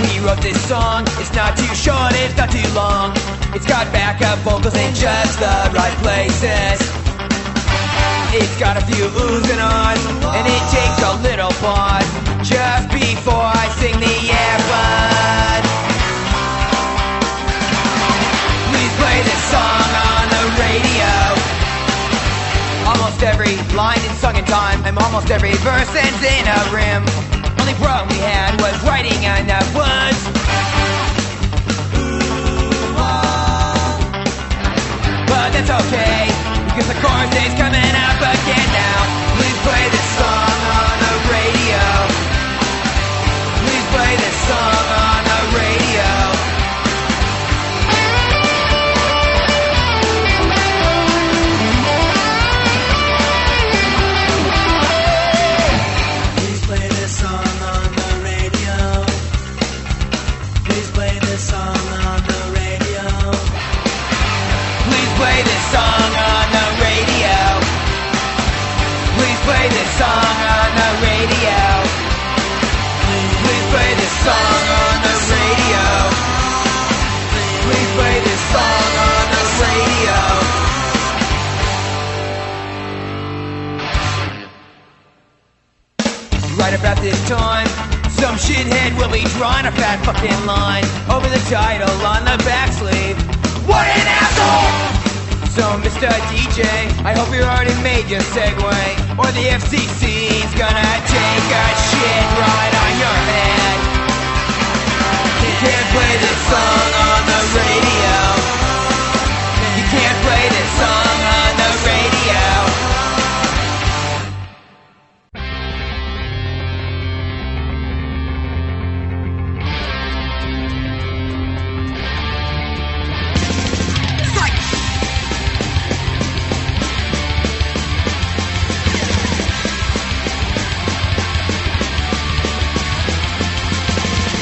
[SPEAKER 11] We wrote this song, it's not too short, it's not too long. It's got backup vocals in just the right places. It's got a few oohs and ahs, and it takes a little pause just before I sing the airbuds. Please play this song on the radio. Almost every line is sung in time, and almost every verse ends in a rim. Only problem we had was writing enough words. Ooh, right about this time. Some shithead will be drawing a fat fucking line over the title on the back sleeve. What an asshole! So, Mr. DJ, I hope you already made your segue, or the FCC's gonna take a shit right on your head. You can't play this song on the radio. You can't play this song on the radio.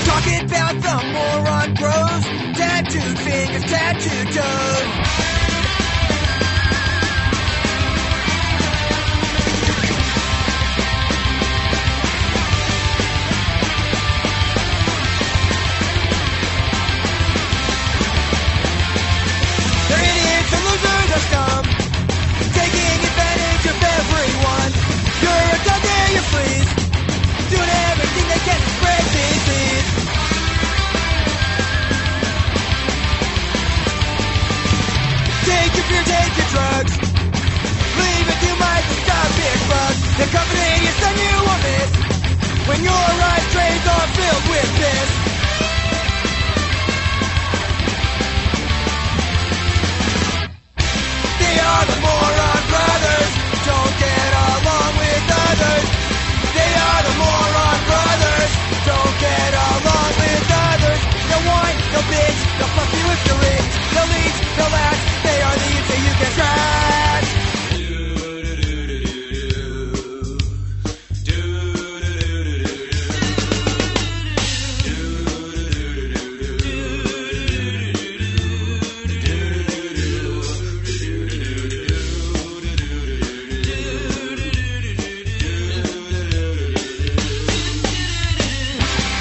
[SPEAKER 11] Talking about the moron bros, tattooed fingers, tattooed toes. They're idiots and losers are scum, taking advantage of everyone. You're a goddamn you please, doing everything they can to spread disease. Take your beer, take your drugs. Leave if you might just stop big bucks. The company you send you a miss. When your rice trays are filled with piss. They are the moron brothers. Don't get along with others. They are the moron brothers. Don't get along with others. They'll whine, they'll bitch, they'll fuck you if you're rich. They'll leech, they'll lash. They are the youth that you can trash.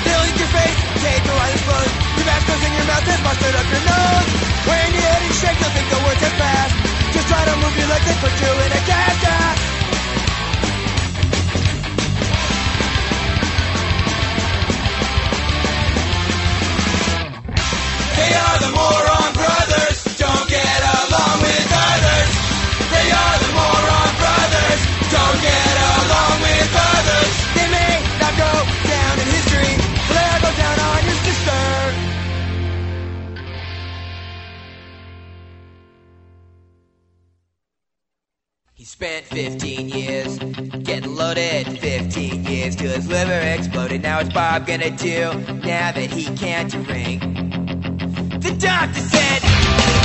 [SPEAKER 11] They'll eat your face, take your eyes closed. Your mask goes in your mouth and busted up your nose. When you head and shake, you'll think the words are fast. Just try to move your legs, they put you in a gas gas. They are the moron brothers. Don't get along with others. They are the moron brothers. Don't get along with others. They may not go down in history, but they'll go down on your sister. He spent 15 years getting loaded, 15 years till his liver exploded. Now what's Bob gonna do now that he can't drink? The doctor said,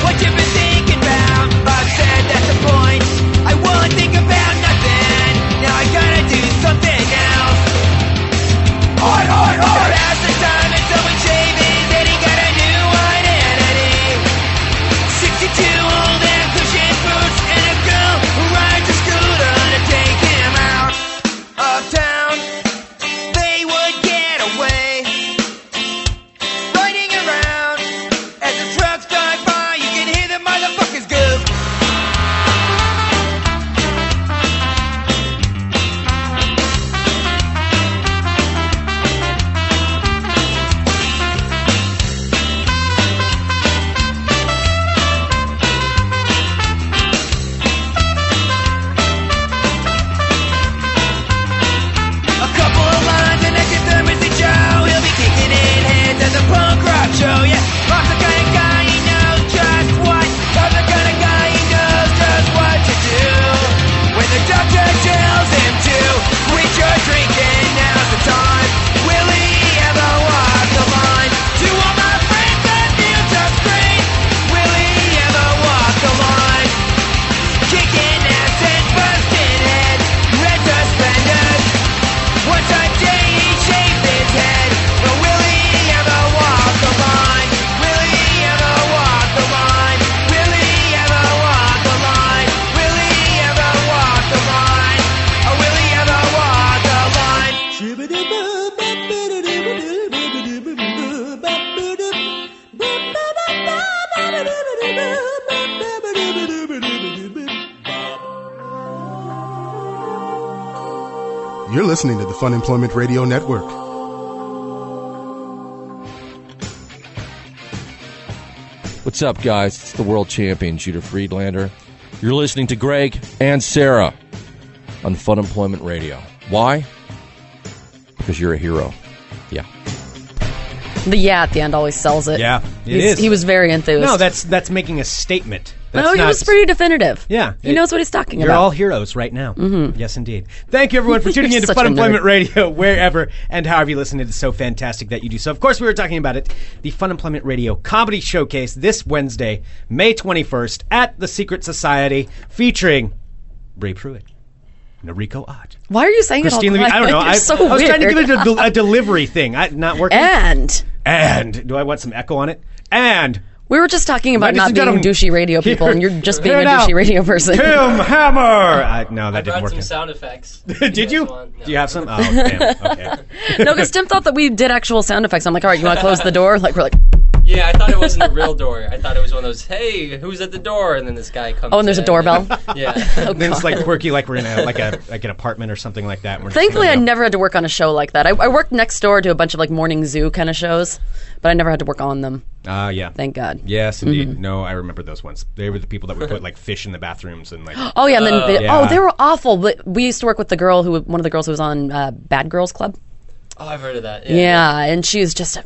[SPEAKER 11] What you been thinking about? Bob said, That's the point. I won't think about nothing. Now I gotta do something else. Hard, hard, hard. Pass the time until we shave it, then he got a new identity. 62 old and pushing boots and a girl who rides a scooter to take him out of town. They would get away riding around as the trucks drive by. You can hear the motherfuckers go. A couple of lines and next thermos and Joe. He'll be kicking in heads at the punk rock show. Yeah, Bob's the kind of guy he knows just what. Bob's the kind of guy he knows just what to do. When the doctor tells him to quit your drinking, now's the time. Will he ever walk the line? To all my friends that feel just great, will he ever walk the line? Kicking ass and busting heads, red suspenders. Once a day he shaved his head, but will he ever walk the line? Will he ever walk the line? Will he ever walk the line? Will he ever walk the line? Or will he ever walk the line?
[SPEAKER 2] You're You're listening to the Fun Employment Radio Network.
[SPEAKER 12] What's up, guys? It's the world champion, Judah Friedlander. You're listening to Greg and Sarah on Fun Employment Radio. Why? Because you're a hero. Yeah.
[SPEAKER 6] The yeah at the end always sells it.
[SPEAKER 1] Yeah, it
[SPEAKER 6] He's-
[SPEAKER 1] is.
[SPEAKER 6] He was very enthused.
[SPEAKER 1] No, that's that's making a statement. That's
[SPEAKER 6] no, Oh, he
[SPEAKER 1] not-
[SPEAKER 6] was pretty definitive.
[SPEAKER 1] Yeah,
[SPEAKER 6] He
[SPEAKER 1] it-
[SPEAKER 6] knows what he's talking
[SPEAKER 1] You're
[SPEAKER 6] about.
[SPEAKER 1] all heroes right now. Mm-hmm. Yes, indeed. Thank you, everyone, for tuning
[SPEAKER 6] You're
[SPEAKER 1] in to
[SPEAKER 6] such
[SPEAKER 1] Fun
[SPEAKER 6] a nerd.
[SPEAKER 1] Employment Radio, wherever and however you listen. It is so fantastic that you do so. Of course, we were talking about it. The Fun Employment Radio Comedy Showcase this Wednesday, May 21st, at the Secret Society, featuring Ray Pruitt, Noriko Ott.
[SPEAKER 6] Why are you saying
[SPEAKER 1] Christine
[SPEAKER 6] it all
[SPEAKER 1] Levy.
[SPEAKER 6] the time?
[SPEAKER 1] I don't know.
[SPEAKER 6] You're
[SPEAKER 1] I,
[SPEAKER 6] so
[SPEAKER 1] I was trying to
[SPEAKER 6] weird.
[SPEAKER 1] give it a, del- a delivery thing. I, not working.
[SPEAKER 6] And
[SPEAKER 1] and do I want some echo on it? And
[SPEAKER 6] we were just talking about
[SPEAKER 1] Ladies
[SPEAKER 6] not
[SPEAKER 1] and
[SPEAKER 6] being
[SPEAKER 1] gentlemen,
[SPEAKER 6] douchey radio people, and you're just being a
[SPEAKER 1] Hear now,
[SPEAKER 6] douchey radio person.
[SPEAKER 1] Tim Hammer. I, no, that
[SPEAKER 13] brought
[SPEAKER 1] didn't work.
[SPEAKER 13] some sound effects.
[SPEAKER 1] Did you? Do you have some? Oh, damn. Okay.
[SPEAKER 6] no, because Tim thought that we did actual sound effects. I'm like, all right, you want to close the door? Like we're like,
[SPEAKER 13] Yeah, I thought it wasn't a real door. I thought it was one of those, hey, who's at the door? And then this guy comes.
[SPEAKER 6] oh, and there's a
[SPEAKER 13] in.
[SPEAKER 6] doorbell.
[SPEAKER 13] yeah.
[SPEAKER 6] Oh,
[SPEAKER 1] then it's like quirky, like we're in a, like a like an apartment or something like that. and we're just
[SPEAKER 6] Thankfully, I
[SPEAKER 1] gonna
[SPEAKER 6] never had to work on a show like that. I, I worked next door to a bunch of like morning zoo kind of shows, but I never had to work on them.
[SPEAKER 1] go- Ah, yeah.
[SPEAKER 6] Thank God.
[SPEAKER 1] Yes, indeed.
[SPEAKER 6] Mhm.
[SPEAKER 1] No, I remember those ones. They were the people that would put like fish in the bathrooms and like.
[SPEAKER 6] Oh yeah, and
[SPEAKER 13] Uh,
[SPEAKER 6] then they,
[SPEAKER 1] Yeah.
[SPEAKER 6] oh they were awful. But we used to work with the girl who one of the girls who was on uh, Bad Girls Club.
[SPEAKER 13] Oh, I've heard of that.
[SPEAKER 6] Yeah, and she was just a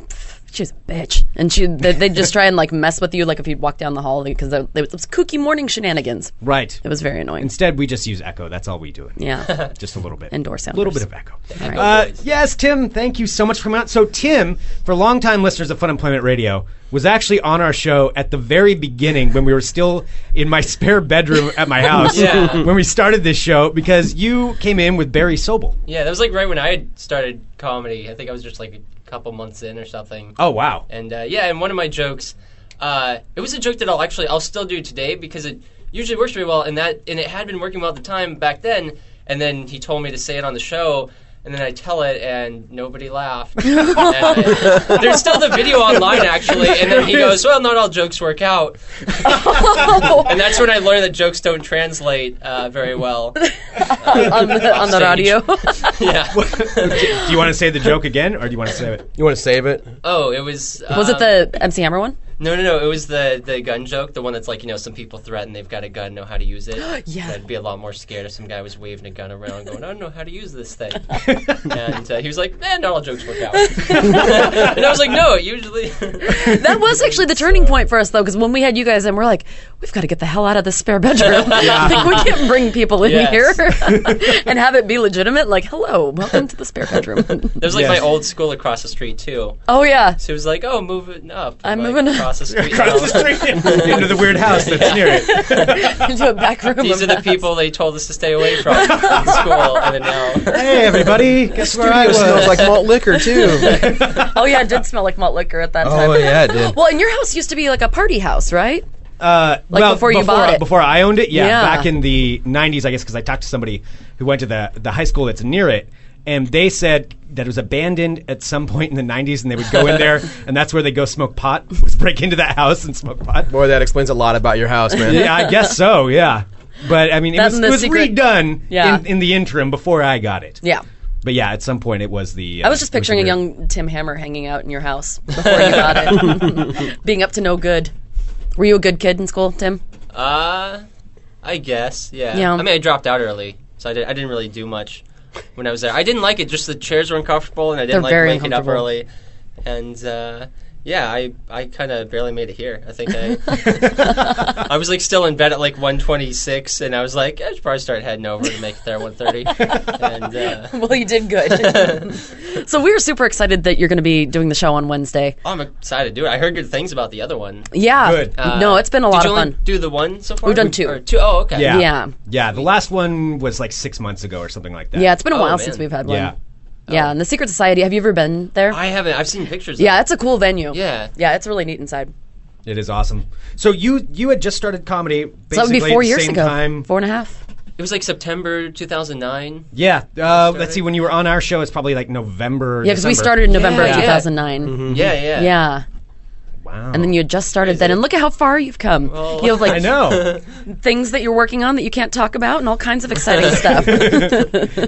[SPEAKER 6] she was a bitch, and she they, they'd just try and like mess with you, like if you'd walk down the hall because it was kooky morning shenanigans.
[SPEAKER 1] Right.
[SPEAKER 6] It was very annoying.
[SPEAKER 1] Instead, we just use echo. That's all we do.
[SPEAKER 6] Yeah.
[SPEAKER 1] Just a little bit.
[SPEAKER 6] Indoor sound.
[SPEAKER 1] A little bit of echo.
[SPEAKER 6] All right.
[SPEAKER 1] Uh, yes, Tim, thank you so much for coming out. So, Tim, for longtime listeners of Fun Employment Radio, was actually on our show at the very beginning when we were still in my spare bedroom at my house
[SPEAKER 13] Yeah.
[SPEAKER 1] when we started this show because you came in with Barry Sobel.
[SPEAKER 13] Yeah, that was like right when I had started comedy. I think I was just like a couple months in or something.
[SPEAKER 1] Oh, wow.
[SPEAKER 13] And uh, yeah, and one of my jokes, uh, it was a joke that I'll actually I'll still do today because it usually works really well, and that and it had been working well at the time back then. And then he told me to say it on the show, and then I tell it, and nobody laughed. And, uh, there's still the video online actually, and then he goes, "Well, not all jokes work out," and that's when I learned that jokes don't translate uh, very well
[SPEAKER 6] on the, on the
[SPEAKER 13] Offstage.
[SPEAKER 6] radio.
[SPEAKER 13] yeah.
[SPEAKER 1] do you want to say the joke again or do you want to save it?
[SPEAKER 7] You want to save it?
[SPEAKER 13] Oh, it was. Um,
[SPEAKER 6] was it the MC Hammer one?
[SPEAKER 13] No, no, no. It was the the gun joke, the one that's like you know some people threaten they've got a gun, know how to use it.
[SPEAKER 6] Yeah.
[SPEAKER 13] I'd be a lot more scared if some guy was waving a gun around, going, I don't know how to use this thing. and uh, he was like, Man, not all jokes work out. and I was like, No, usually.
[SPEAKER 6] That was actually the turning point for us though, because when we had you guys in, we're like, we've got to get the hell out of this spare bedroom.
[SPEAKER 13] Yeah.
[SPEAKER 6] like we can't bring people in
[SPEAKER 13] Yes.
[SPEAKER 6] here and have it be legitimate. Like, hello, welcome to the spare bedroom.
[SPEAKER 13] There's like
[SPEAKER 6] Yes.
[SPEAKER 13] my old school across the street too.
[SPEAKER 6] oh yeah.
[SPEAKER 13] So it was like, Oh, move it up.
[SPEAKER 6] I'm
[SPEAKER 13] like,
[SPEAKER 6] moving up.
[SPEAKER 13] across the street.
[SPEAKER 6] Across the
[SPEAKER 1] street into the weird house that's near it.
[SPEAKER 6] Into a back room.
[SPEAKER 13] These are
[SPEAKER 6] of
[SPEAKER 13] the
[SPEAKER 6] that.
[SPEAKER 13] people they told us to stay away from in school, and then now.
[SPEAKER 1] Hey, everybody. Guess where I
[SPEAKER 7] It
[SPEAKER 1] was?
[SPEAKER 7] smells like malt liquor too.
[SPEAKER 6] Oh yeah, it did smell like malt liquor at that time.
[SPEAKER 7] Oh, yeah, it did.
[SPEAKER 6] Well, and your house used to be like a party house, right?
[SPEAKER 1] Uh,
[SPEAKER 6] Like
[SPEAKER 1] well,
[SPEAKER 6] before you bought it.
[SPEAKER 1] Before I owned it, yeah,
[SPEAKER 6] Yeah.
[SPEAKER 1] back in the '90s, I guess, because I talked to somebody who went to the the high school that's near it, and they said that it was abandoned at some point in the '90s, and they would go in there, and that's where they go smoke pot, was break into that house and smoke pot.
[SPEAKER 7] Boy, that explains a lot about your house, man.
[SPEAKER 1] Yeah, I guess so. Yeah, but I mean, it
[SPEAKER 6] That
[SPEAKER 1] was,
[SPEAKER 6] and the
[SPEAKER 1] it was
[SPEAKER 6] secret-
[SPEAKER 1] redone
[SPEAKER 6] Yeah.
[SPEAKER 1] in, in the interim before I got it.
[SPEAKER 6] Yeah.
[SPEAKER 1] But yeah, at some point it was the.
[SPEAKER 6] I
[SPEAKER 1] uh,
[SPEAKER 6] was just
[SPEAKER 1] it
[SPEAKER 6] picturing a
[SPEAKER 1] weird-
[SPEAKER 6] young Tim Hammer hanging out in your house before you got it, being up to no good. Were you a good kid in school, Tim?
[SPEAKER 13] Uh, I guess, yeah.
[SPEAKER 6] Yeah.
[SPEAKER 13] I mean, I dropped out early, so I, did, I didn't really do much when I was there. I didn't like it; just the chairs were uncomfortable, and I
[SPEAKER 6] They're
[SPEAKER 13] didn't
[SPEAKER 6] very
[SPEAKER 13] like waking up
[SPEAKER 6] uncomfortable.
[SPEAKER 13] early. And uh, yeah, I I kind of barely made it here. I think I I was like still in bed at like 1:26, and I was like, I should probably start heading over to make it there at 1:30. and uh,
[SPEAKER 6] Well, you did good. so we were super excited that you're going to be doing the show on Wednesday.
[SPEAKER 13] oh, I'm excited to do it. I heard good things about the other one.
[SPEAKER 6] Yeah.
[SPEAKER 1] Good.
[SPEAKER 6] no, it's been a lot
[SPEAKER 13] Did
[SPEAKER 6] of
[SPEAKER 13] you only
[SPEAKER 6] fun.
[SPEAKER 13] do the one so far?
[SPEAKER 6] We've done two.
[SPEAKER 13] Or two. Oh, okay.
[SPEAKER 1] Yeah.
[SPEAKER 6] Yeah.
[SPEAKER 1] Yeah, the last one was like six months ago or something like that.
[SPEAKER 6] Yeah, it's been a
[SPEAKER 13] Oh,
[SPEAKER 6] while
[SPEAKER 13] man.
[SPEAKER 6] since we've had one.
[SPEAKER 1] Yeah. Oh.
[SPEAKER 6] Yeah. and the Secret Society. Have you ever been there?
[SPEAKER 13] I haven't. I've seen pictures.
[SPEAKER 6] yeah,
[SPEAKER 13] Of
[SPEAKER 6] it's a cool venue.
[SPEAKER 13] Yeah.
[SPEAKER 6] Yeah, it's really neat inside.
[SPEAKER 1] It is awesome. So you you had just started comedy basically
[SPEAKER 6] So that would be four
[SPEAKER 1] at the
[SPEAKER 6] years
[SPEAKER 1] same
[SPEAKER 6] ago.
[SPEAKER 1] time.
[SPEAKER 6] Four and a half.
[SPEAKER 13] it. It was like September 2009.
[SPEAKER 1] Yeah. Uh, let's see. When you were on our show, it's probably like November.
[SPEAKER 6] Yeah, because
[SPEAKER 1] December.
[SPEAKER 6] we
[SPEAKER 1] Mm-hmm.
[SPEAKER 6] started in November
[SPEAKER 13] Yeah.
[SPEAKER 6] of 2009.
[SPEAKER 13] Yeah, yeah.
[SPEAKER 6] Yeah.
[SPEAKER 1] Wow.
[SPEAKER 6] And then you had just started then, and look at how far you've come.
[SPEAKER 1] Well-
[SPEAKER 6] you have like
[SPEAKER 1] I know.
[SPEAKER 6] things that you're working on that you can't talk about, and all kinds of exciting stuff.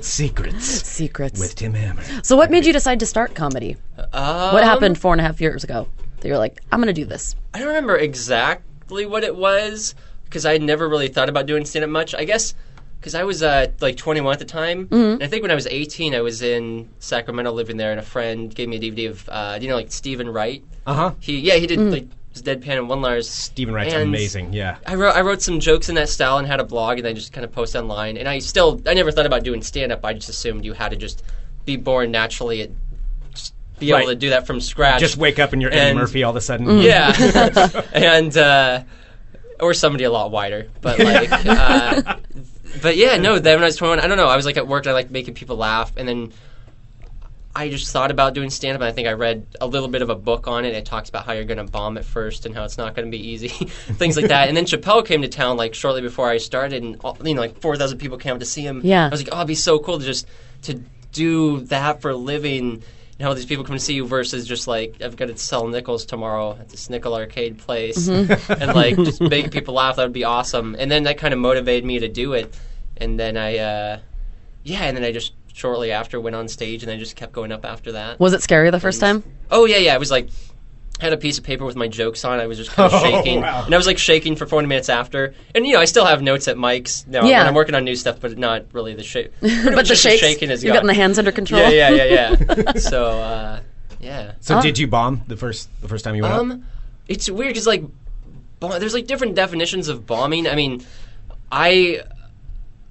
[SPEAKER 1] Secrets.
[SPEAKER 6] Secrets.
[SPEAKER 1] With Tim Hammer.
[SPEAKER 6] So, what made you decide to start comedy?
[SPEAKER 13] Um,
[SPEAKER 6] what happened four and a half years ago that you're like, I'm going to do this?
[SPEAKER 13] I don't remember exactly what it was because I had never really thought about doing stand up much. I guess because I was uh, like 21 at the time,
[SPEAKER 6] Mhm.
[SPEAKER 13] and I think when I was 18, I was in Sacramento living there, and a friend gave me a DVD of uh, you know like Stephen Wright.
[SPEAKER 1] Uh huh.
[SPEAKER 13] He yeah he did
[SPEAKER 1] Mhm.
[SPEAKER 13] like his Deadpan and One Lars. Stephen
[SPEAKER 1] Wright's amazing. Yeah.
[SPEAKER 13] I wrote I wrote some jokes in that style and had a blog and I just kind of post online and I still I never thought about doing stand up I just assumed you had to just be born naturally and just be
[SPEAKER 1] Right.
[SPEAKER 13] able to do that from scratch
[SPEAKER 1] Just wake up and you're Eddie
[SPEAKER 13] And-
[SPEAKER 1] Murphy all of a sudden.
[SPEAKER 6] Mm.
[SPEAKER 13] yeah and uh, or somebody a lot wider but like uh, but yeah no then when I was 21 I don't know I was like at work and I like making people laugh and then I just thought about doing stand up and I think I read a little bit of a book on it. It talks about how you're going to bomb at first and how it's not going to be easy, things like that. And then Chappelle came to town like shortly before I started and all, you know like 4,000 people came out to see him.
[SPEAKER 6] Yeah.
[SPEAKER 13] I was like, "Oh, it'd be so cool to just to do that for a living." And how these people come to see you versus just like I've got to sell nickels tomorrow at this nickel arcade place
[SPEAKER 14] Mhm.
[SPEAKER 13] and like just make people laugh. That would be awesome. And then that kind of motivated me to do it. And then I uh, yeah, and then I just shortly after went on stage and I just kept going up after that.
[SPEAKER 6] Was it scary the first time?
[SPEAKER 13] Oh yeah, yeah. I was like, I had a piece of paper with my jokes on. I was just kind of
[SPEAKER 6] Oh,
[SPEAKER 13] shaking,
[SPEAKER 6] wow.
[SPEAKER 13] and I was like shaking for 40 minutes after. And you know, I still have notes at Mike's now
[SPEAKER 6] Yeah.
[SPEAKER 13] when I'm working on new stuff, but not really the shape.
[SPEAKER 6] but the shakes,
[SPEAKER 13] shaking is
[SPEAKER 6] you've
[SPEAKER 13] gone.
[SPEAKER 6] gotten the hands under control.
[SPEAKER 13] Yeah, yeah, yeah, yeah. so uh, yeah.
[SPEAKER 1] So did
[SPEAKER 6] Uh.
[SPEAKER 1] you bomb the first the first time you went up?
[SPEAKER 13] Um, it's weird because like, bo- there's like different definitions of bombing. I mean, I.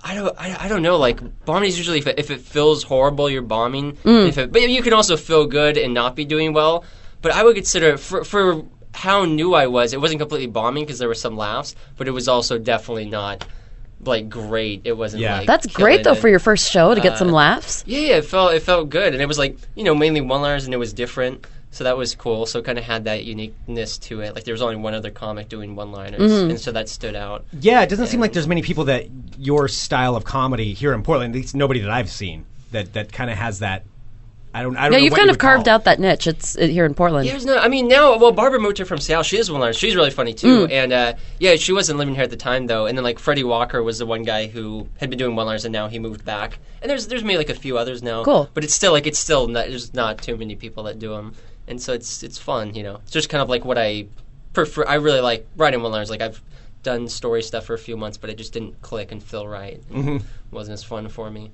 [SPEAKER 13] I don't, I, I don't know. Like bombing is usually if it, if it feels horrible, you're bombing.
[SPEAKER 15] Mm.
[SPEAKER 13] If it, but you can also feel good and not be doing well. But I would consider it for, for how new I was, it wasn't completely bombing because there were some laughs, but it was also definitely not like great. It wasn't. like
[SPEAKER 6] That's great
[SPEAKER 13] killing
[SPEAKER 6] though
[SPEAKER 13] it.
[SPEAKER 6] for your first show to get
[SPEAKER 13] Uh,
[SPEAKER 6] some laughs.
[SPEAKER 13] Yeah, yeah, it felt it felt good, and it was like you know mainly one liners, and it was different, so that was cool. So it kind of had that uniqueness to it. Like there was only one other comic doing one liners,
[SPEAKER 1] Mhm.
[SPEAKER 13] and so that stood out.
[SPEAKER 1] Yeah, it doesn't seem like there's many people that your style of comedy here in Portland. At least nobody that I've seen that that kind of has that. I don't. I don't
[SPEAKER 6] yeah,
[SPEAKER 1] know
[SPEAKER 6] you've
[SPEAKER 1] what
[SPEAKER 6] kind
[SPEAKER 1] you
[SPEAKER 6] of
[SPEAKER 1] would call
[SPEAKER 6] carved out that niche. It's uh, here in Portland.
[SPEAKER 13] Yeah, there's no. I mean, now, well, Barbara Moter from Seattle, she is one liner. She's really funny too.
[SPEAKER 6] Mm.
[SPEAKER 13] And uh, yeah, she wasn't living here at the time though. And then like Freddie Walker was the one guy who had been doing one liners, and now he moved back. And there's there's maybe like a few others now.
[SPEAKER 6] Cool.
[SPEAKER 13] But it's still like it's still not, there's not too many people that do them, and so it's it's fun. You know, it's just kind of like what I prefer. I really like writing one liners. Like I've done story stuff for a few months, but it just didn't click and feel right.
[SPEAKER 1] Mhm.
[SPEAKER 13] It wasn't as fun for me.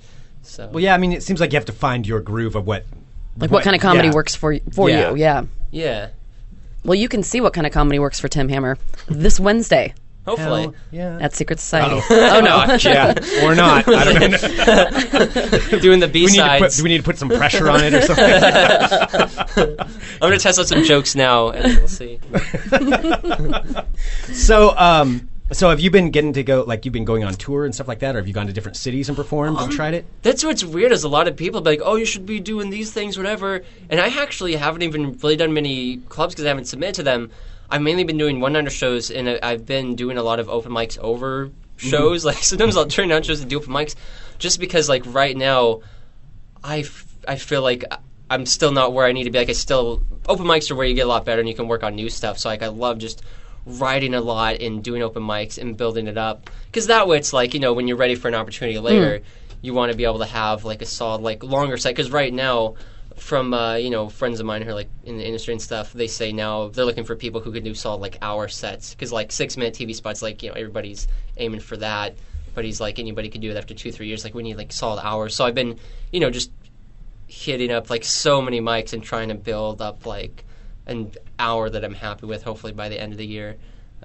[SPEAKER 13] So.
[SPEAKER 1] Well, yeah, I mean, it seems like you have to find your groove of what.
[SPEAKER 6] Like what, kind of comedy
[SPEAKER 1] yeah.
[SPEAKER 6] works for y- for
[SPEAKER 1] Yeah.
[SPEAKER 6] you? Yeah.
[SPEAKER 13] Yeah.
[SPEAKER 6] Well, you can see what kind of comedy works for Tim Hammer this Wednesday.
[SPEAKER 13] Hopefully.
[SPEAKER 1] Hell, yeah.
[SPEAKER 6] At Secret Society. Oh,
[SPEAKER 13] Uh-oh.
[SPEAKER 6] no.
[SPEAKER 1] yeah, or not. I don't know.
[SPEAKER 13] Doing the
[SPEAKER 1] We need to
[SPEAKER 13] B-sides.
[SPEAKER 1] put- Do we need to put some pressure on it or something?
[SPEAKER 13] I'm gonna test out some jokes now, and we'll see.
[SPEAKER 1] so, um, so have you been getting to go? Like, you've been going on tour and stuff like that, or have you gone to different cities and performed and tried it?
[SPEAKER 13] That's what's weird is a lot of people be like, "Oh, you should be doing these things, whatever." And I actually haven't even really done many clubs because I haven't submitted to them. I've mainly been doing one-nighter shows, and I- I've been doing a lot of open mics over shows.
[SPEAKER 14] Mhm.
[SPEAKER 13] Like sometimes I'll turn down shows to do open mics, just because like right now, I, f- I feel like I- I'm still not where I need to be. Like I still open mics are where you get a lot better and you can work on new stuff. So like I love just writing a lot and doing open mics and building it up because that way it's like you know when you're ready for an opportunity later, you want to be able to have like a solid like longer set. Because right now. From uh, you know friends of mine who are like in the industry and stuff, they say now they're looking for people who can do solid like hour sets because like six minute TV spots like you know everybody's aiming for that, but he's like anybody could do it after two three years like we need like solid hours. So I've been you know just hitting up like so many mics and trying to build up like an hour that I'm happy with, hopefully by the end of the year,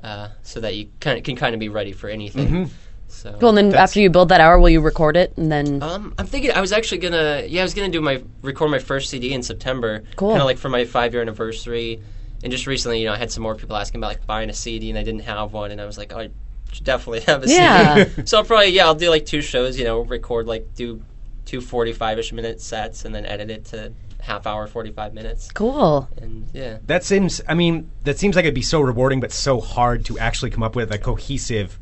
[SPEAKER 13] uh, so that you kind of, can kind of be ready for anything.
[SPEAKER 6] Mhm.
[SPEAKER 13] So
[SPEAKER 6] Cool. And then after you build that hour, will you record it and then?
[SPEAKER 13] um, I'm thinking I was actually gonna yeah I was gonna do my record my first CD in September,
[SPEAKER 6] Cool.
[SPEAKER 13] kind of like for my five year anniversary, and just recently you know I had some more people asking about like buying a CD and I didn't have one and I was like oh, I should definitely have a
[SPEAKER 6] Yeah.
[SPEAKER 13] CD so I'll probably yeah I'll do like two shows you know record like do two 45 ish minute sets and then edit it to half hour 45 minutes
[SPEAKER 6] Cool.
[SPEAKER 13] and yeah
[SPEAKER 1] That seems. I mean, that seems like it'd be so rewarding, but so hard to actually come up with a cohesive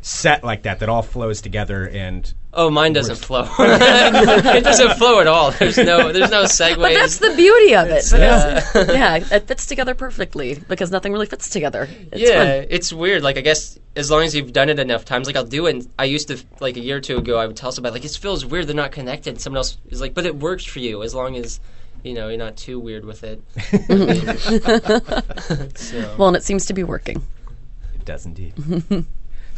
[SPEAKER 1] set like that that all flows together and
[SPEAKER 13] Oh, mine doesn't flow. it doesn't flow at all. There's no there's no segues.
[SPEAKER 6] But that's the beauty of it.
[SPEAKER 13] It's,
[SPEAKER 6] Yeah. yeah, it fits together perfectly because nothing really fits together. It's
[SPEAKER 13] yeah,
[SPEAKER 6] fun.
[SPEAKER 13] it's weird. Like I guess as long as you've done it enough times, like I'll do it. And I used to like a year or two ago, I would tell somebody like it feels weird. They're not connected. Someone else is like, but it works for you as long as you know you're not too weird with it. So-
[SPEAKER 6] Well, and it seems to be working.
[SPEAKER 1] It does indeed.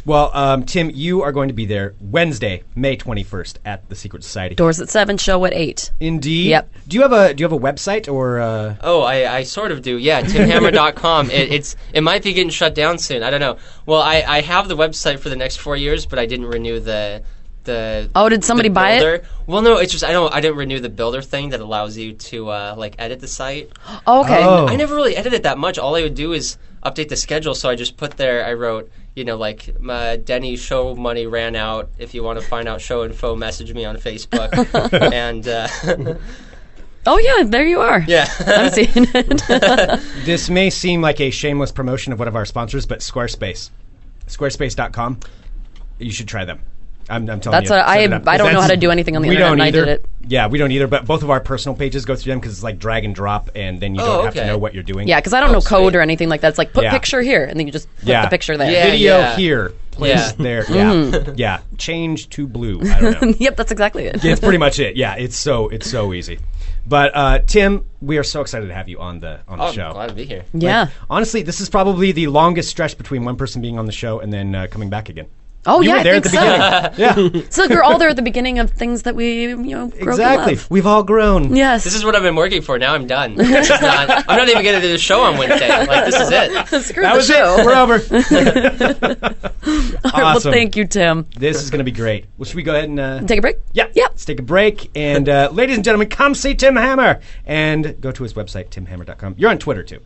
[SPEAKER 1] well, um, Tim, you are going to be there Wednesday, May 21st at the Secret Society.
[SPEAKER 6] Doors at seven, show at eight.
[SPEAKER 1] Indeed.
[SPEAKER 6] Yep.
[SPEAKER 1] Do you have a Do you have a website or? Uh...
[SPEAKER 13] Oh, I, I sort of do. Yeah, timhammer.com. it, it's it might be getting shut down soon. I don't know. Well, I, I have the website for the next four years, but I didn't renew the the.
[SPEAKER 6] Oh, did somebody
[SPEAKER 13] the
[SPEAKER 6] buy it?
[SPEAKER 13] builder. Well, no, it's just I don't I didn't renew the builder thing that allows you to uh, like edit the site.
[SPEAKER 6] Oh, okay. Oh.
[SPEAKER 13] I never really edited that much. All I would do is update the schedule. So I just put there. I wrote. You know, like my Denny show money ran out. If you want to find out show info, message me on Facebook. and uh,
[SPEAKER 6] Oh yeah, there you are.
[SPEAKER 13] Yeah.
[SPEAKER 6] I'm seeing it.
[SPEAKER 1] This may seem like a shameless promotion of one of our sponsors, but Squarespace, Squarespace.com. You should try them. I'm, I'm telling
[SPEAKER 6] That's
[SPEAKER 1] you.
[SPEAKER 6] what I-
[SPEAKER 1] set it up.
[SPEAKER 6] I don't know
[SPEAKER 1] That's-
[SPEAKER 6] how to do anything on the
[SPEAKER 1] we
[SPEAKER 6] internet,
[SPEAKER 1] Don't
[SPEAKER 6] and I
[SPEAKER 1] either.
[SPEAKER 6] did it.
[SPEAKER 1] Yeah, we don't either. But both of our personal pages go through them because it's like drag and drop, and then you
[SPEAKER 6] Oh,
[SPEAKER 1] don't have to
[SPEAKER 6] okay.
[SPEAKER 1] know what you're doing.
[SPEAKER 6] yeah, because I don't know code or anything like that. It's like put
[SPEAKER 1] Yeah.
[SPEAKER 6] picture here, and then you just put
[SPEAKER 1] yeah.
[SPEAKER 6] the picture there.
[SPEAKER 1] Video here, place
[SPEAKER 6] Yeah.
[SPEAKER 1] there. Yeah,
[SPEAKER 6] Mm.
[SPEAKER 1] yeah. Change to blue. I don't know.
[SPEAKER 6] yep, that's exactly it.
[SPEAKER 1] Yeah, it's pretty much it. Yeah, it's so it's so easy. But uh, Tim, we are so excited to have you on the on the
[SPEAKER 13] Oh, I'm
[SPEAKER 1] show.
[SPEAKER 13] glad to be here.
[SPEAKER 6] Yeah.
[SPEAKER 1] honestly, this is probably the longest stretch between one person being on the show and then uh, coming back again.
[SPEAKER 6] Oh
[SPEAKER 1] you
[SPEAKER 6] yeah,
[SPEAKER 1] were there
[SPEAKER 6] I
[SPEAKER 1] at
[SPEAKER 6] think
[SPEAKER 1] the
[SPEAKER 6] so.
[SPEAKER 1] beginning. yeah,
[SPEAKER 6] so we're all there at the beginning of things that we you know grow to
[SPEAKER 1] exactly.
[SPEAKER 6] love.
[SPEAKER 1] We've all grown.
[SPEAKER 6] Yes.
[SPEAKER 13] This is what I've been working for. Now I'm done. This is not, I'm not even going to do the show on Wednesday. Like this is it.
[SPEAKER 6] Screw
[SPEAKER 1] That
[SPEAKER 6] the
[SPEAKER 1] was
[SPEAKER 6] show.
[SPEAKER 1] it. We're over.
[SPEAKER 6] All right, well,
[SPEAKER 1] Awesome.
[SPEAKER 6] thank you, Tim.
[SPEAKER 1] This is going to be great. Well, should we go ahead and uh,
[SPEAKER 6] Take a break.
[SPEAKER 1] Yeah, yeah. Let's take a break. And uh, ladies and gentlemen, come see Tim Hammer and go to his website timhammer.com. You're on Twitter too,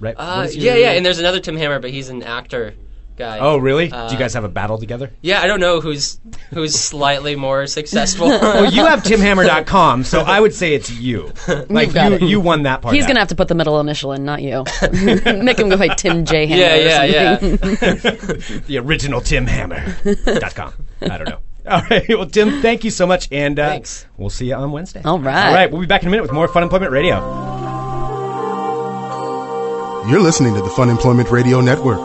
[SPEAKER 1] right? What
[SPEAKER 13] Uh,
[SPEAKER 1] is your-
[SPEAKER 13] yeah, yeah. And there's another Tim Hammer, but he's an actor guy.
[SPEAKER 1] oh, really?
[SPEAKER 13] Uh,
[SPEAKER 1] Do you guys have a battle together?
[SPEAKER 13] Yeah, I don't know who's who's slightly more successful.
[SPEAKER 1] well, Oh, you have timhammer.com, so I would say it's you. Like
[SPEAKER 6] got
[SPEAKER 1] you,
[SPEAKER 6] it.
[SPEAKER 1] you won that part.
[SPEAKER 6] He's
[SPEAKER 1] out.
[SPEAKER 6] gonna have to put the middle initial in, not you. Make him go by Tim J. Hammer
[SPEAKER 1] Yeah,
[SPEAKER 6] or
[SPEAKER 1] yeah,
[SPEAKER 6] something.
[SPEAKER 1] the original timhammer.com. I don't know. All right. Well, Tim, thank you so much, and uh, we'll see you on Wednesday.
[SPEAKER 6] All right.
[SPEAKER 1] All right. We'll be back in a minute with more Fun Employment Radio.
[SPEAKER 2] You're listening to the Fun Employment Radio Network.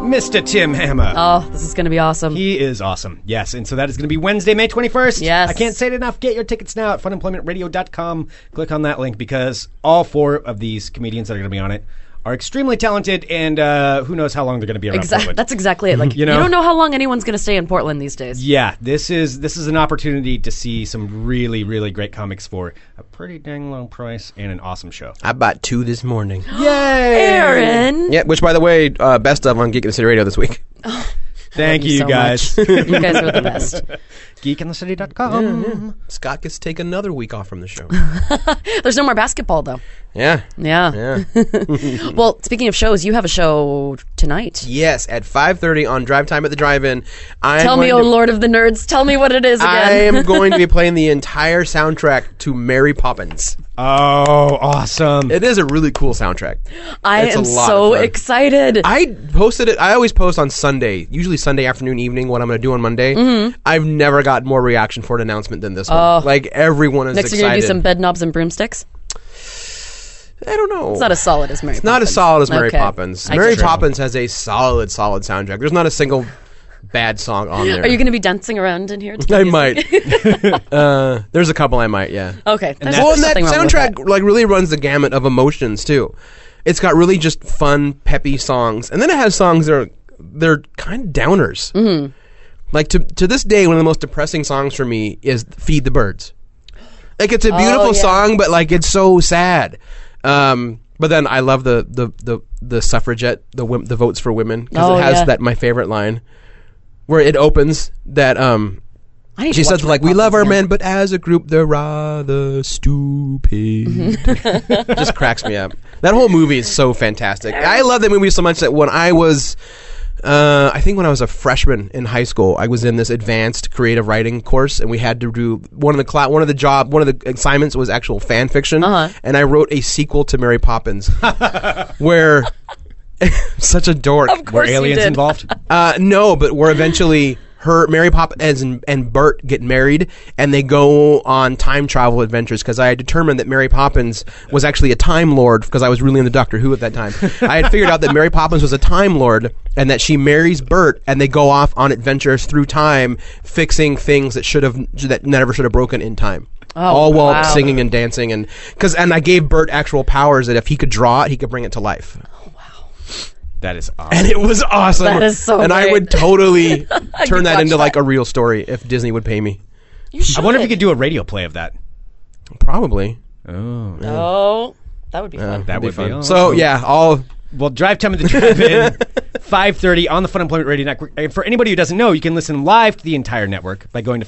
[SPEAKER 1] Mr. Tim Hammer.
[SPEAKER 6] Oh, this is going to be awesome.
[SPEAKER 1] He is awesome. Yes. And so that is going to be Wednesday, May 21st.
[SPEAKER 6] Yes.
[SPEAKER 1] I can't say it enough. Get your tickets now at funemploymentradio.com. Click on that link because all four of these comedians that are going to be on it are extremely talented and uh, who knows how long they're going to be around.
[SPEAKER 6] Exactly.
[SPEAKER 1] Portland.
[SPEAKER 6] That's exactly it. Like
[SPEAKER 1] You know?
[SPEAKER 6] don't know how long anyone's going to stay in Portland these days.
[SPEAKER 1] Yeah, this is this is an opportunity to see some really really great comics for a pretty dang low price and an awesome show.
[SPEAKER 7] I bought two this morning.
[SPEAKER 1] Yay! Aaron.
[SPEAKER 7] Yeah, which by the way, uh, best of on Geek in the City Radio this week.
[SPEAKER 1] Thank you,
[SPEAKER 7] you so
[SPEAKER 1] guys.
[SPEAKER 7] much. You guys are the best.
[SPEAKER 1] Geekinthecity.com.
[SPEAKER 7] Scott gets to take another week off from the show.
[SPEAKER 6] There's no more basketball though.
[SPEAKER 7] yeah.
[SPEAKER 6] Yeah.
[SPEAKER 7] Yeah.
[SPEAKER 6] well, speaking of shows, you have a show tonight.
[SPEAKER 7] yes, at 5:30 on Drive Time at the Drive-In. I'm
[SPEAKER 6] tell me,
[SPEAKER 7] going
[SPEAKER 6] oh
[SPEAKER 7] to-
[SPEAKER 6] Lord of the Nerds, tell me what it is again.
[SPEAKER 7] I am going to be playing the entire soundtrack to Mary Poppins.
[SPEAKER 1] Oh, awesome.
[SPEAKER 7] It is a really cool soundtrack.
[SPEAKER 6] I
[SPEAKER 7] It's a
[SPEAKER 6] am
[SPEAKER 7] lot
[SPEAKER 6] so
[SPEAKER 7] of fun.
[SPEAKER 6] excited.
[SPEAKER 7] I posted it. I always post on Sunday, usually Sunday afternoon, evening, what I'm going to do on Monday.
[SPEAKER 6] Mhm.
[SPEAKER 7] I've never got more reaction for an announcement than this one.
[SPEAKER 6] Oh.
[SPEAKER 7] Like everyone is
[SPEAKER 6] Next,
[SPEAKER 7] excited.
[SPEAKER 6] you're gonna do some bed knobs and broomsticks.
[SPEAKER 7] I don't know.
[SPEAKER 6] It's not as solid as Mary.
[SPEAKER 7] It's not as solid as Mary
[SPEAKER 6] Okay.
[SPEAKER 7] Poppins.
[SPEAKER 6] I
[SPEAKER 7] Mary
[SPEAKER 6] get it.
[SPEAKER 7] Poppins has a solid, solid soundtrack. There's not a single bad song on there.
[SPEAKER 6] Are you going to be dancing around in here? to the
[SPEAKER 7] I
[SPEAKER 6] music?
[SPEAKER 7] might. uh, there's a couple I might. Yeah.
[SPEAKER 6] Okay. There's
[SPEAKER 7] well, and that
[SPEAKER 6] nothing wrong with
[SPEAKER 7] soundtrack like really runs the gamut of emotions too. It's got really just fun, peppy songs, and then it has songs that are they're kind of downers. Mm-hmm. Like to to this day, one of the most depressing songs for me is "Feed the Birds." Like it's a
[SPEAKER 14] Oh,
[SPEAKER 7] beautiful
[SPEAKER 14] yeah.
[SPEAKER 7] song, but like it's so sad. Um, but then I love the the the, the suffragette, the wim, the votes for women because
[SPEAKER 14] Oh,
[SPEAKER 7] it has
[SPEAKER 14] yeah.
[SPEAKER 7] that my favorite line where it opens that um
[SPEAKER 6] I need
[SPEAKER 7] she
[SPEAKER 6] to
[SPEAKER 7] says
[SPEAKER 6] watch
[SPEAKER 7] like we love our men but as a group they're rather stupid Mm-hmm. just cracks me up that whole movie is so fantastic i love that movie so much that when i was uh, I think when I was a freshman in high school, I was in this advanced creative writing course, and we had to do one of the cla- one of the job, one of the assignments was actual fan fiction, and I wrote a sequel to Mary Poppins, where such a dork.
[SPEAKER 1] Were aliens involved?
[SPEAKER 7] Uh, no, but we're eventually her Mary Poppins and, and Bert get married and they go on time travel adventures because I had determined that Mary Poppins was actually a time lord because I was really into Doctor Who at that time. I had figured out that Mary Poppins was a time lord and that she marries Bert and they go off on adventures through time fixing things that should have that never should have broken in time.
[SPEAKER 6] Oh,
[SPEAKER 7] All while
[SPEAKER 6] wow.
[SPEAKER 7] singing and dancing and cuz and I gave Bert actual powers that if he could draw it he could bring it to life.
[SPEAKER 1] That is awesome.
[SPEAKER 7] And it was awesome.
[SPEAKER 6] That is so
[SPEAKER 7] And I
[SPEAKER 6] great.
[SPEAKER 7] would totally
[SPEAKER 6] I could
[SPEAKER 7] turn that
[SPEAKER 6] watch
[SPEAKER 7] into like a real story if Disney would pay me.
[SPEAKER 6] You should.
[SPEAKER 1] I wonder if you could do a radio play of that.
[SPEAKER 7] Probably.
[SPEAKER 1] Oh.
[SPEAKER 6] Oh, that would be fun.
[SPEAKER 1] That would be fun.
[SPEAKER 7] So yeah, all
[SPEAKER 1] Well, drive time of the drive in, five thirty on the Fun Employment Radio Network. And for anybody who doesn't know, you can listen live to the entire network by going to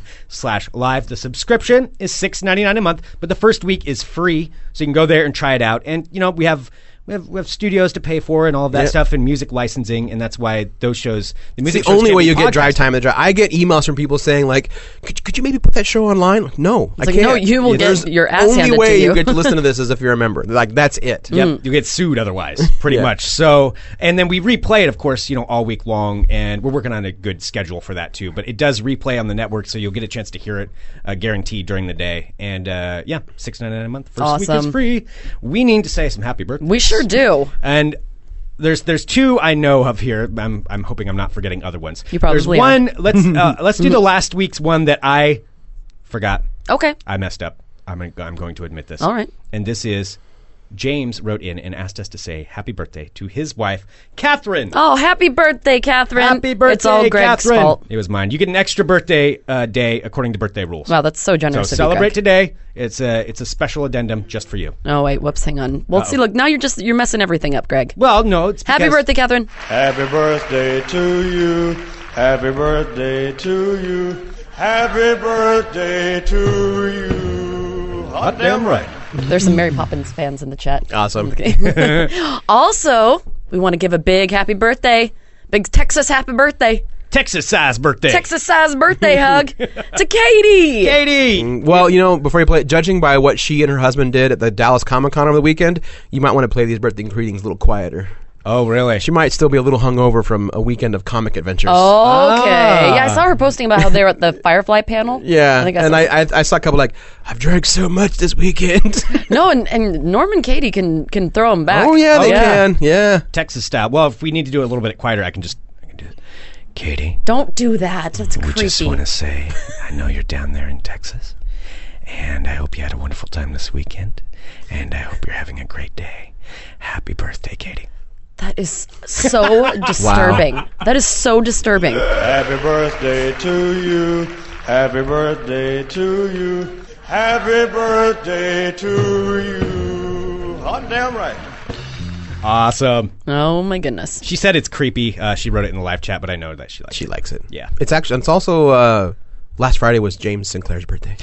[SPEAKER 1] funemploymentradio.com/live. The subscription is six ninety nine a month, but the first week is free, so you can go there and try it out. And you know we have. We have, we have studios to pay for and all of that
[SPEAKER 7] Yep.
[SPEAKER 1] stuff and music licensing and that's why those shows the
[SPEAKER 7] it's
[SPEAKER 1] music
[SPEAKER 7] the
[SPEAKER 1] shows
[SPEAKER 7] only
[SPEAKER 1] can't
[SPEAKER 7] way
[SPEAKER 1] be
[SPEAKER 7] you get drive
[SPEAKER 1] podcasted.
[SPEAKER 7] time. of The drive. I get emails from people saying like, could, could you maybe put that show online? Like, No, I
[SPEAKER 6] like,
[SPEAKER 7] can't.
[SPEAKER 6] no, you will get
[SPEAKER 7] There's
[SPEAKER 6] your ass
[SPEAKER 7] only
[SPEAKER 6] handed to
[SPEAKER 7] way
[SPEAKER 6] you. Mm.
[SPEAKER 7] get to listen to this is if you're a member. Like that's it.
[SPEAKER 1] Yep, you get sued otherwise, pretty
[SPEAKER 7] Yeah.
[SPEAKER 1] much. So, and then we replay it, of course, you know, all week long, and we're working on a good schedule for that too. But it does replay on the network, so you'll get a chance to hear it, uh, guaranteed during the day. And uh, yeah, six ninety nine a month. First week
[SPEAKER 6] Awesome.
[SPEAKER 1] is free. We need to say some happy birthday.
[SPEAKER 6] We sure do.
[SPEAKER 1] And there's there's two I know of here. I'm I'm hoping I'm not forgetting other ones.
[SPEAKER 6] You probably
[SPEAKER 1] there's
[SPEAKER 6] are.
[SPEAKER 1] one. Let's uh, let's do the last week's one that I forgot.
[SPEAKER 6] Okay.
[SPEAKER 1] I messed up. I'm gonna- I'm going to admit this.
[SPEAKER 6] All right.
[SPEAKER 1] And this is James wrote in and asked us to say happy birthday to his wife Catherine.
[SPEAKER 6] Oh, happy birthday, Catherine.
[SPEAKER 1] Happy birthday,
[SPEAKER 6] It's all Greg's
[SPEAKER 1] Catherine.
[SPEAKER 6] fault.
[SPEAKER 1] It was mine. You get an extra birthday uh, day according to birthday rules.
[SPEAKER 6] Wow, that's so generous.
[SPEAKER 1] so
[SPEAKER 6] of you, Greg.
[SPEAKER 1] celebrate today. It's a it's a special addendum just for you.
[SPEAKER 6] Oh wait, whoops, hang on. Well, see, look, now you're just you're messing everything up, Greg.
[SPEAKER 1] Well, no, it's
[SPEAKER 6] Happy
[SPEAKER 1] because-
[SPEAKER 6] birthday, Catherine.
[SPEAKER 14] Happy birthday to you. Happy birthday to you. Happy birthday to you. Hot damn right.
[SPEAKER 6] There's some Mary Poppins fans in the chat.
[SPEAKER 7] Awesome.
[SPEAKER 6] Also, we want to give a big happy birthday, big Texas happy birthday,
[SPEAKER 1] Texas size birthday.
[SPEAKER 6] Texas size birthday hug to Katie.
[SPEAKER 1] Katie.
[SPEAKER 7] Well, you know, before you play it, judging by what she and her husband did at the Dallas Comic Con over the weekend, you might want to play these birthday greetings a little quieter.
[SPEAKER 1] Oh, really?
[SPEAKER 7] She might still be a little hungover from a weekend of comic adventures.
[SPEAKER 6] Oh, Okay. Yeah, I saw her posting about how they were at the Firefly panel.
[SPEAKER 7] Yeah,
[SPEAKER 6] I think I
[SPEAKER 7] and
[SPEAKER 6] saw
[SPEAKER 7] I, I I saw a couple like I've drank so much this weekend.
[SPEAKER 6] No, and, and Norman Katie can can throw them back.
[SPEAKER 7] oh yeah, they can. Yeah,
[SPEAKER 1] Texas style. Well, if we need to do it a little bit quieter, I can just I can do it. Katie,
[SPEAKER 6] Don't do that. That's creepy.
[SPEAKER 1] we just want to say I know you're down there in Texas, and I hope you had a wonderful time this weekend, and I hope you're having a great day. Happy birthday, Katie.
[SPEAKER 6] That is so disturbing. That is so disturbing.
[SPEAKER 14] Happy birthday to you. Happy birthday to you. Happy birthday to you. Hot damn right.
[SPEAKER 1] Awesome.
[SPEAKER 6] Oh my goodness.
[SPEAKER 1] She said it's creepy. Uh, she wrote it in the live chat, but I know that she likes
[SPEAKER 7] she
[SPEAKER 1] it.
[SPEAKER 7] likes it.
[SPEAKER 1] Yeah.
[SPEAKER 7] It's actually it's also uh, last Friday was James Sinclair's birthday.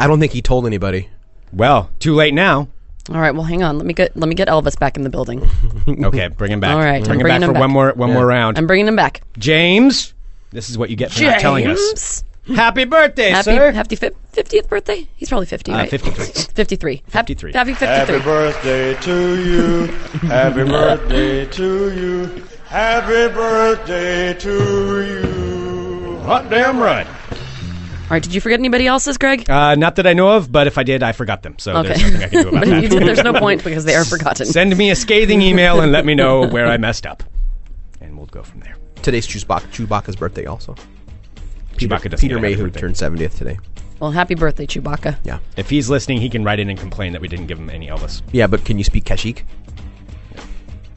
[SPEAKER 7] I don't think he told anybody.
[SPEAKER 1] Well, too late now.
[SPEAKER 6] All right, well, hang on. Let me get let me get Elvis back in the building.
[SPEAKER 1] Okay, bring him back.
[SPEAKER 6] All right,
[SPEAKER 1] bring
[SPEAKER 6] I'm
[SPEAKER 1] him back
[SPEAKER 6] bringing
[SPEAKER 1] for one
[SPEAKER 6] him back.
[SPEAKER 1] more one more round.
[SPEAKER 6] I'm bringing him back.
[SPEAKER 1] James, this is what you get for not telling us.
[SPEAKER 6] James?
[SPEAKER 1] Happy birthday,
[SPEAKER 6] Happy
[SPEAKER 1] sir.
[SPEAKER 6] happy fiftieth birthday. He's probably fifty,
[SPEAKER 1] Uh,
[SPEAKER 6] right?
[SPEAKER 1] 53.
[SPEAKER 6] Fifty-three. Hap-
[SPEAKER 1] 53.
[SPEAKER 6] Happy
[SPEAKER 14] Happy
[SPEAKER 6] fifty-three.
[SPEAKER 14] birthday to you. Happy birthday to you. Happy birthday to you. Hot damn right.
[SPEAKER 6] All right. Did you forget anybody else's, Greg?
[SPEAKER 1] Uh, not that I know of, but if I did, I forgot them. So
[SPEAKER 6] Okay.
[SPEAKER 1] there's nothing I can do about that.
[SPEAKER 6] You did- there's no point because they are forgotten.
[SPEAKER 1] Send me a scathing email and let me know where I messed up, and we'll go from there.
[SPEAKER 7] Today's Chewbacca, Chewbacca's birthday also.
[SPEAKER 1] Chewbacca doesn't get a
[SPEAKER 7] Peter
[SPEAKER 1] happy
[SPEAKER 7] Mayhew
[SPEAKER 1] birthday.
[SPEAKER 7] turned seventieth today.
[SPEAKER 6] Well, happy birthday, Chewbacca.
[SPEAKER 7] Yeah,
[SPEAKER 1] If he's listening, he can write in and complain that we didn't give him any Elvis.
[SPEAKER 7] yeah, but can you speak Kashyyyk?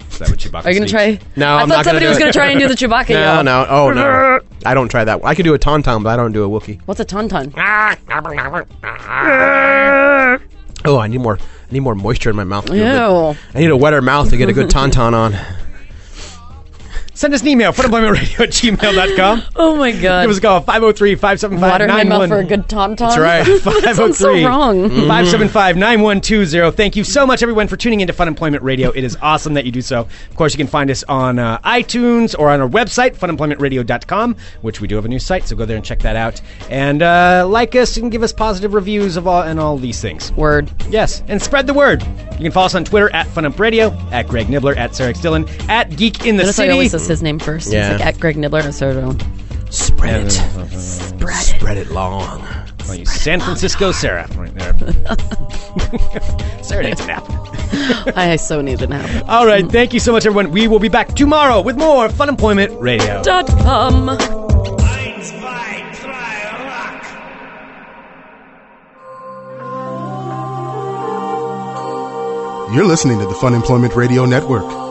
[SPEAKER 1] Is that what Chewbacca?
[SPEAKER 6] Are you gonna try?
[SPEAKER 7] No,
[SPEAKER 6] I
[SPEAKER 7] I'm not
[SPEAKER 6] thought
[SPEAKER 7] gonna
[SPEAKER 6] somebody
[SPEAKER 7] do
[SPEAKER 6] was
[SPEAKER 7] it.
[SPEAKER 6] gonna try and do the Chewbacca.
[SPEAKER 7] No,
[SPEAKER 6] yell.
[SPEAKER 7] no, oh no, I don't try that. one. I could do a tauntaun, but I don't do a Wookiee.
[SPEAKER 6] What's a tauntaun?
[SPEAKER 7] Oh, I need more. I need more moisture in my mouth. to do a good-
[SPEAKER 6] Ew.
[SPEAKER 7] I need a wetter mouth to get a good tauntaun on.
[SPEAKER 1] Send us an email, funemploymentradio at gmail.com.
[SPEAKER 6] Oh my god.
[SPEAKER 1] Give us a call, 503 575
[SPEAKER 6] Water in my mouth for a good tauntaun. That's
[SPEAKER 1] right.
[SPEAKER 6] that sounds so
[SPEAKER 1] 503
[SPEAKER 6] wrong.
[SPEAKER 1] 575 9120. Thank you so much, everyone, for tuning into Fun Employment Radio. It is awesome that you do so. Of course, you can find us on uh, iTunes or on our website, funemploymentradio.com, which we do have a new site, so go there and check that out. And uh, like us and give us positive reviews of all and all these things.
[SPEAKER 6] Word.
[SPEAKER 1] Yes, and spread the word. You can follow us on Twitter at Fun Ump Radio, at Greg Nibbler, at Sarah X. Dillon, at Geek in the
[SPEAKER 6] Notice I
[SPEAKER 1] City.
[SPEAKER 6] always says his name first. It's
[SPEAKER 7] Yeah.
[SPEAKER 6] like at Greg Nibbler and Sarah Dillon.
[SPEAKER 1] Spread it. Spread it. Spread it long. Well, you San Francisco Sarah right there. Sarah needs a nap.
[SPEAKER 6] I so need a nap.
[SPEAKER 1] All right. Thank you so much, everyone. We will be back tomorrow with more Fun Employment Radio.
[SPEAKER 6] Dot com.
[SPEAKER 2] You're listening to the Fun Employment Radio Network.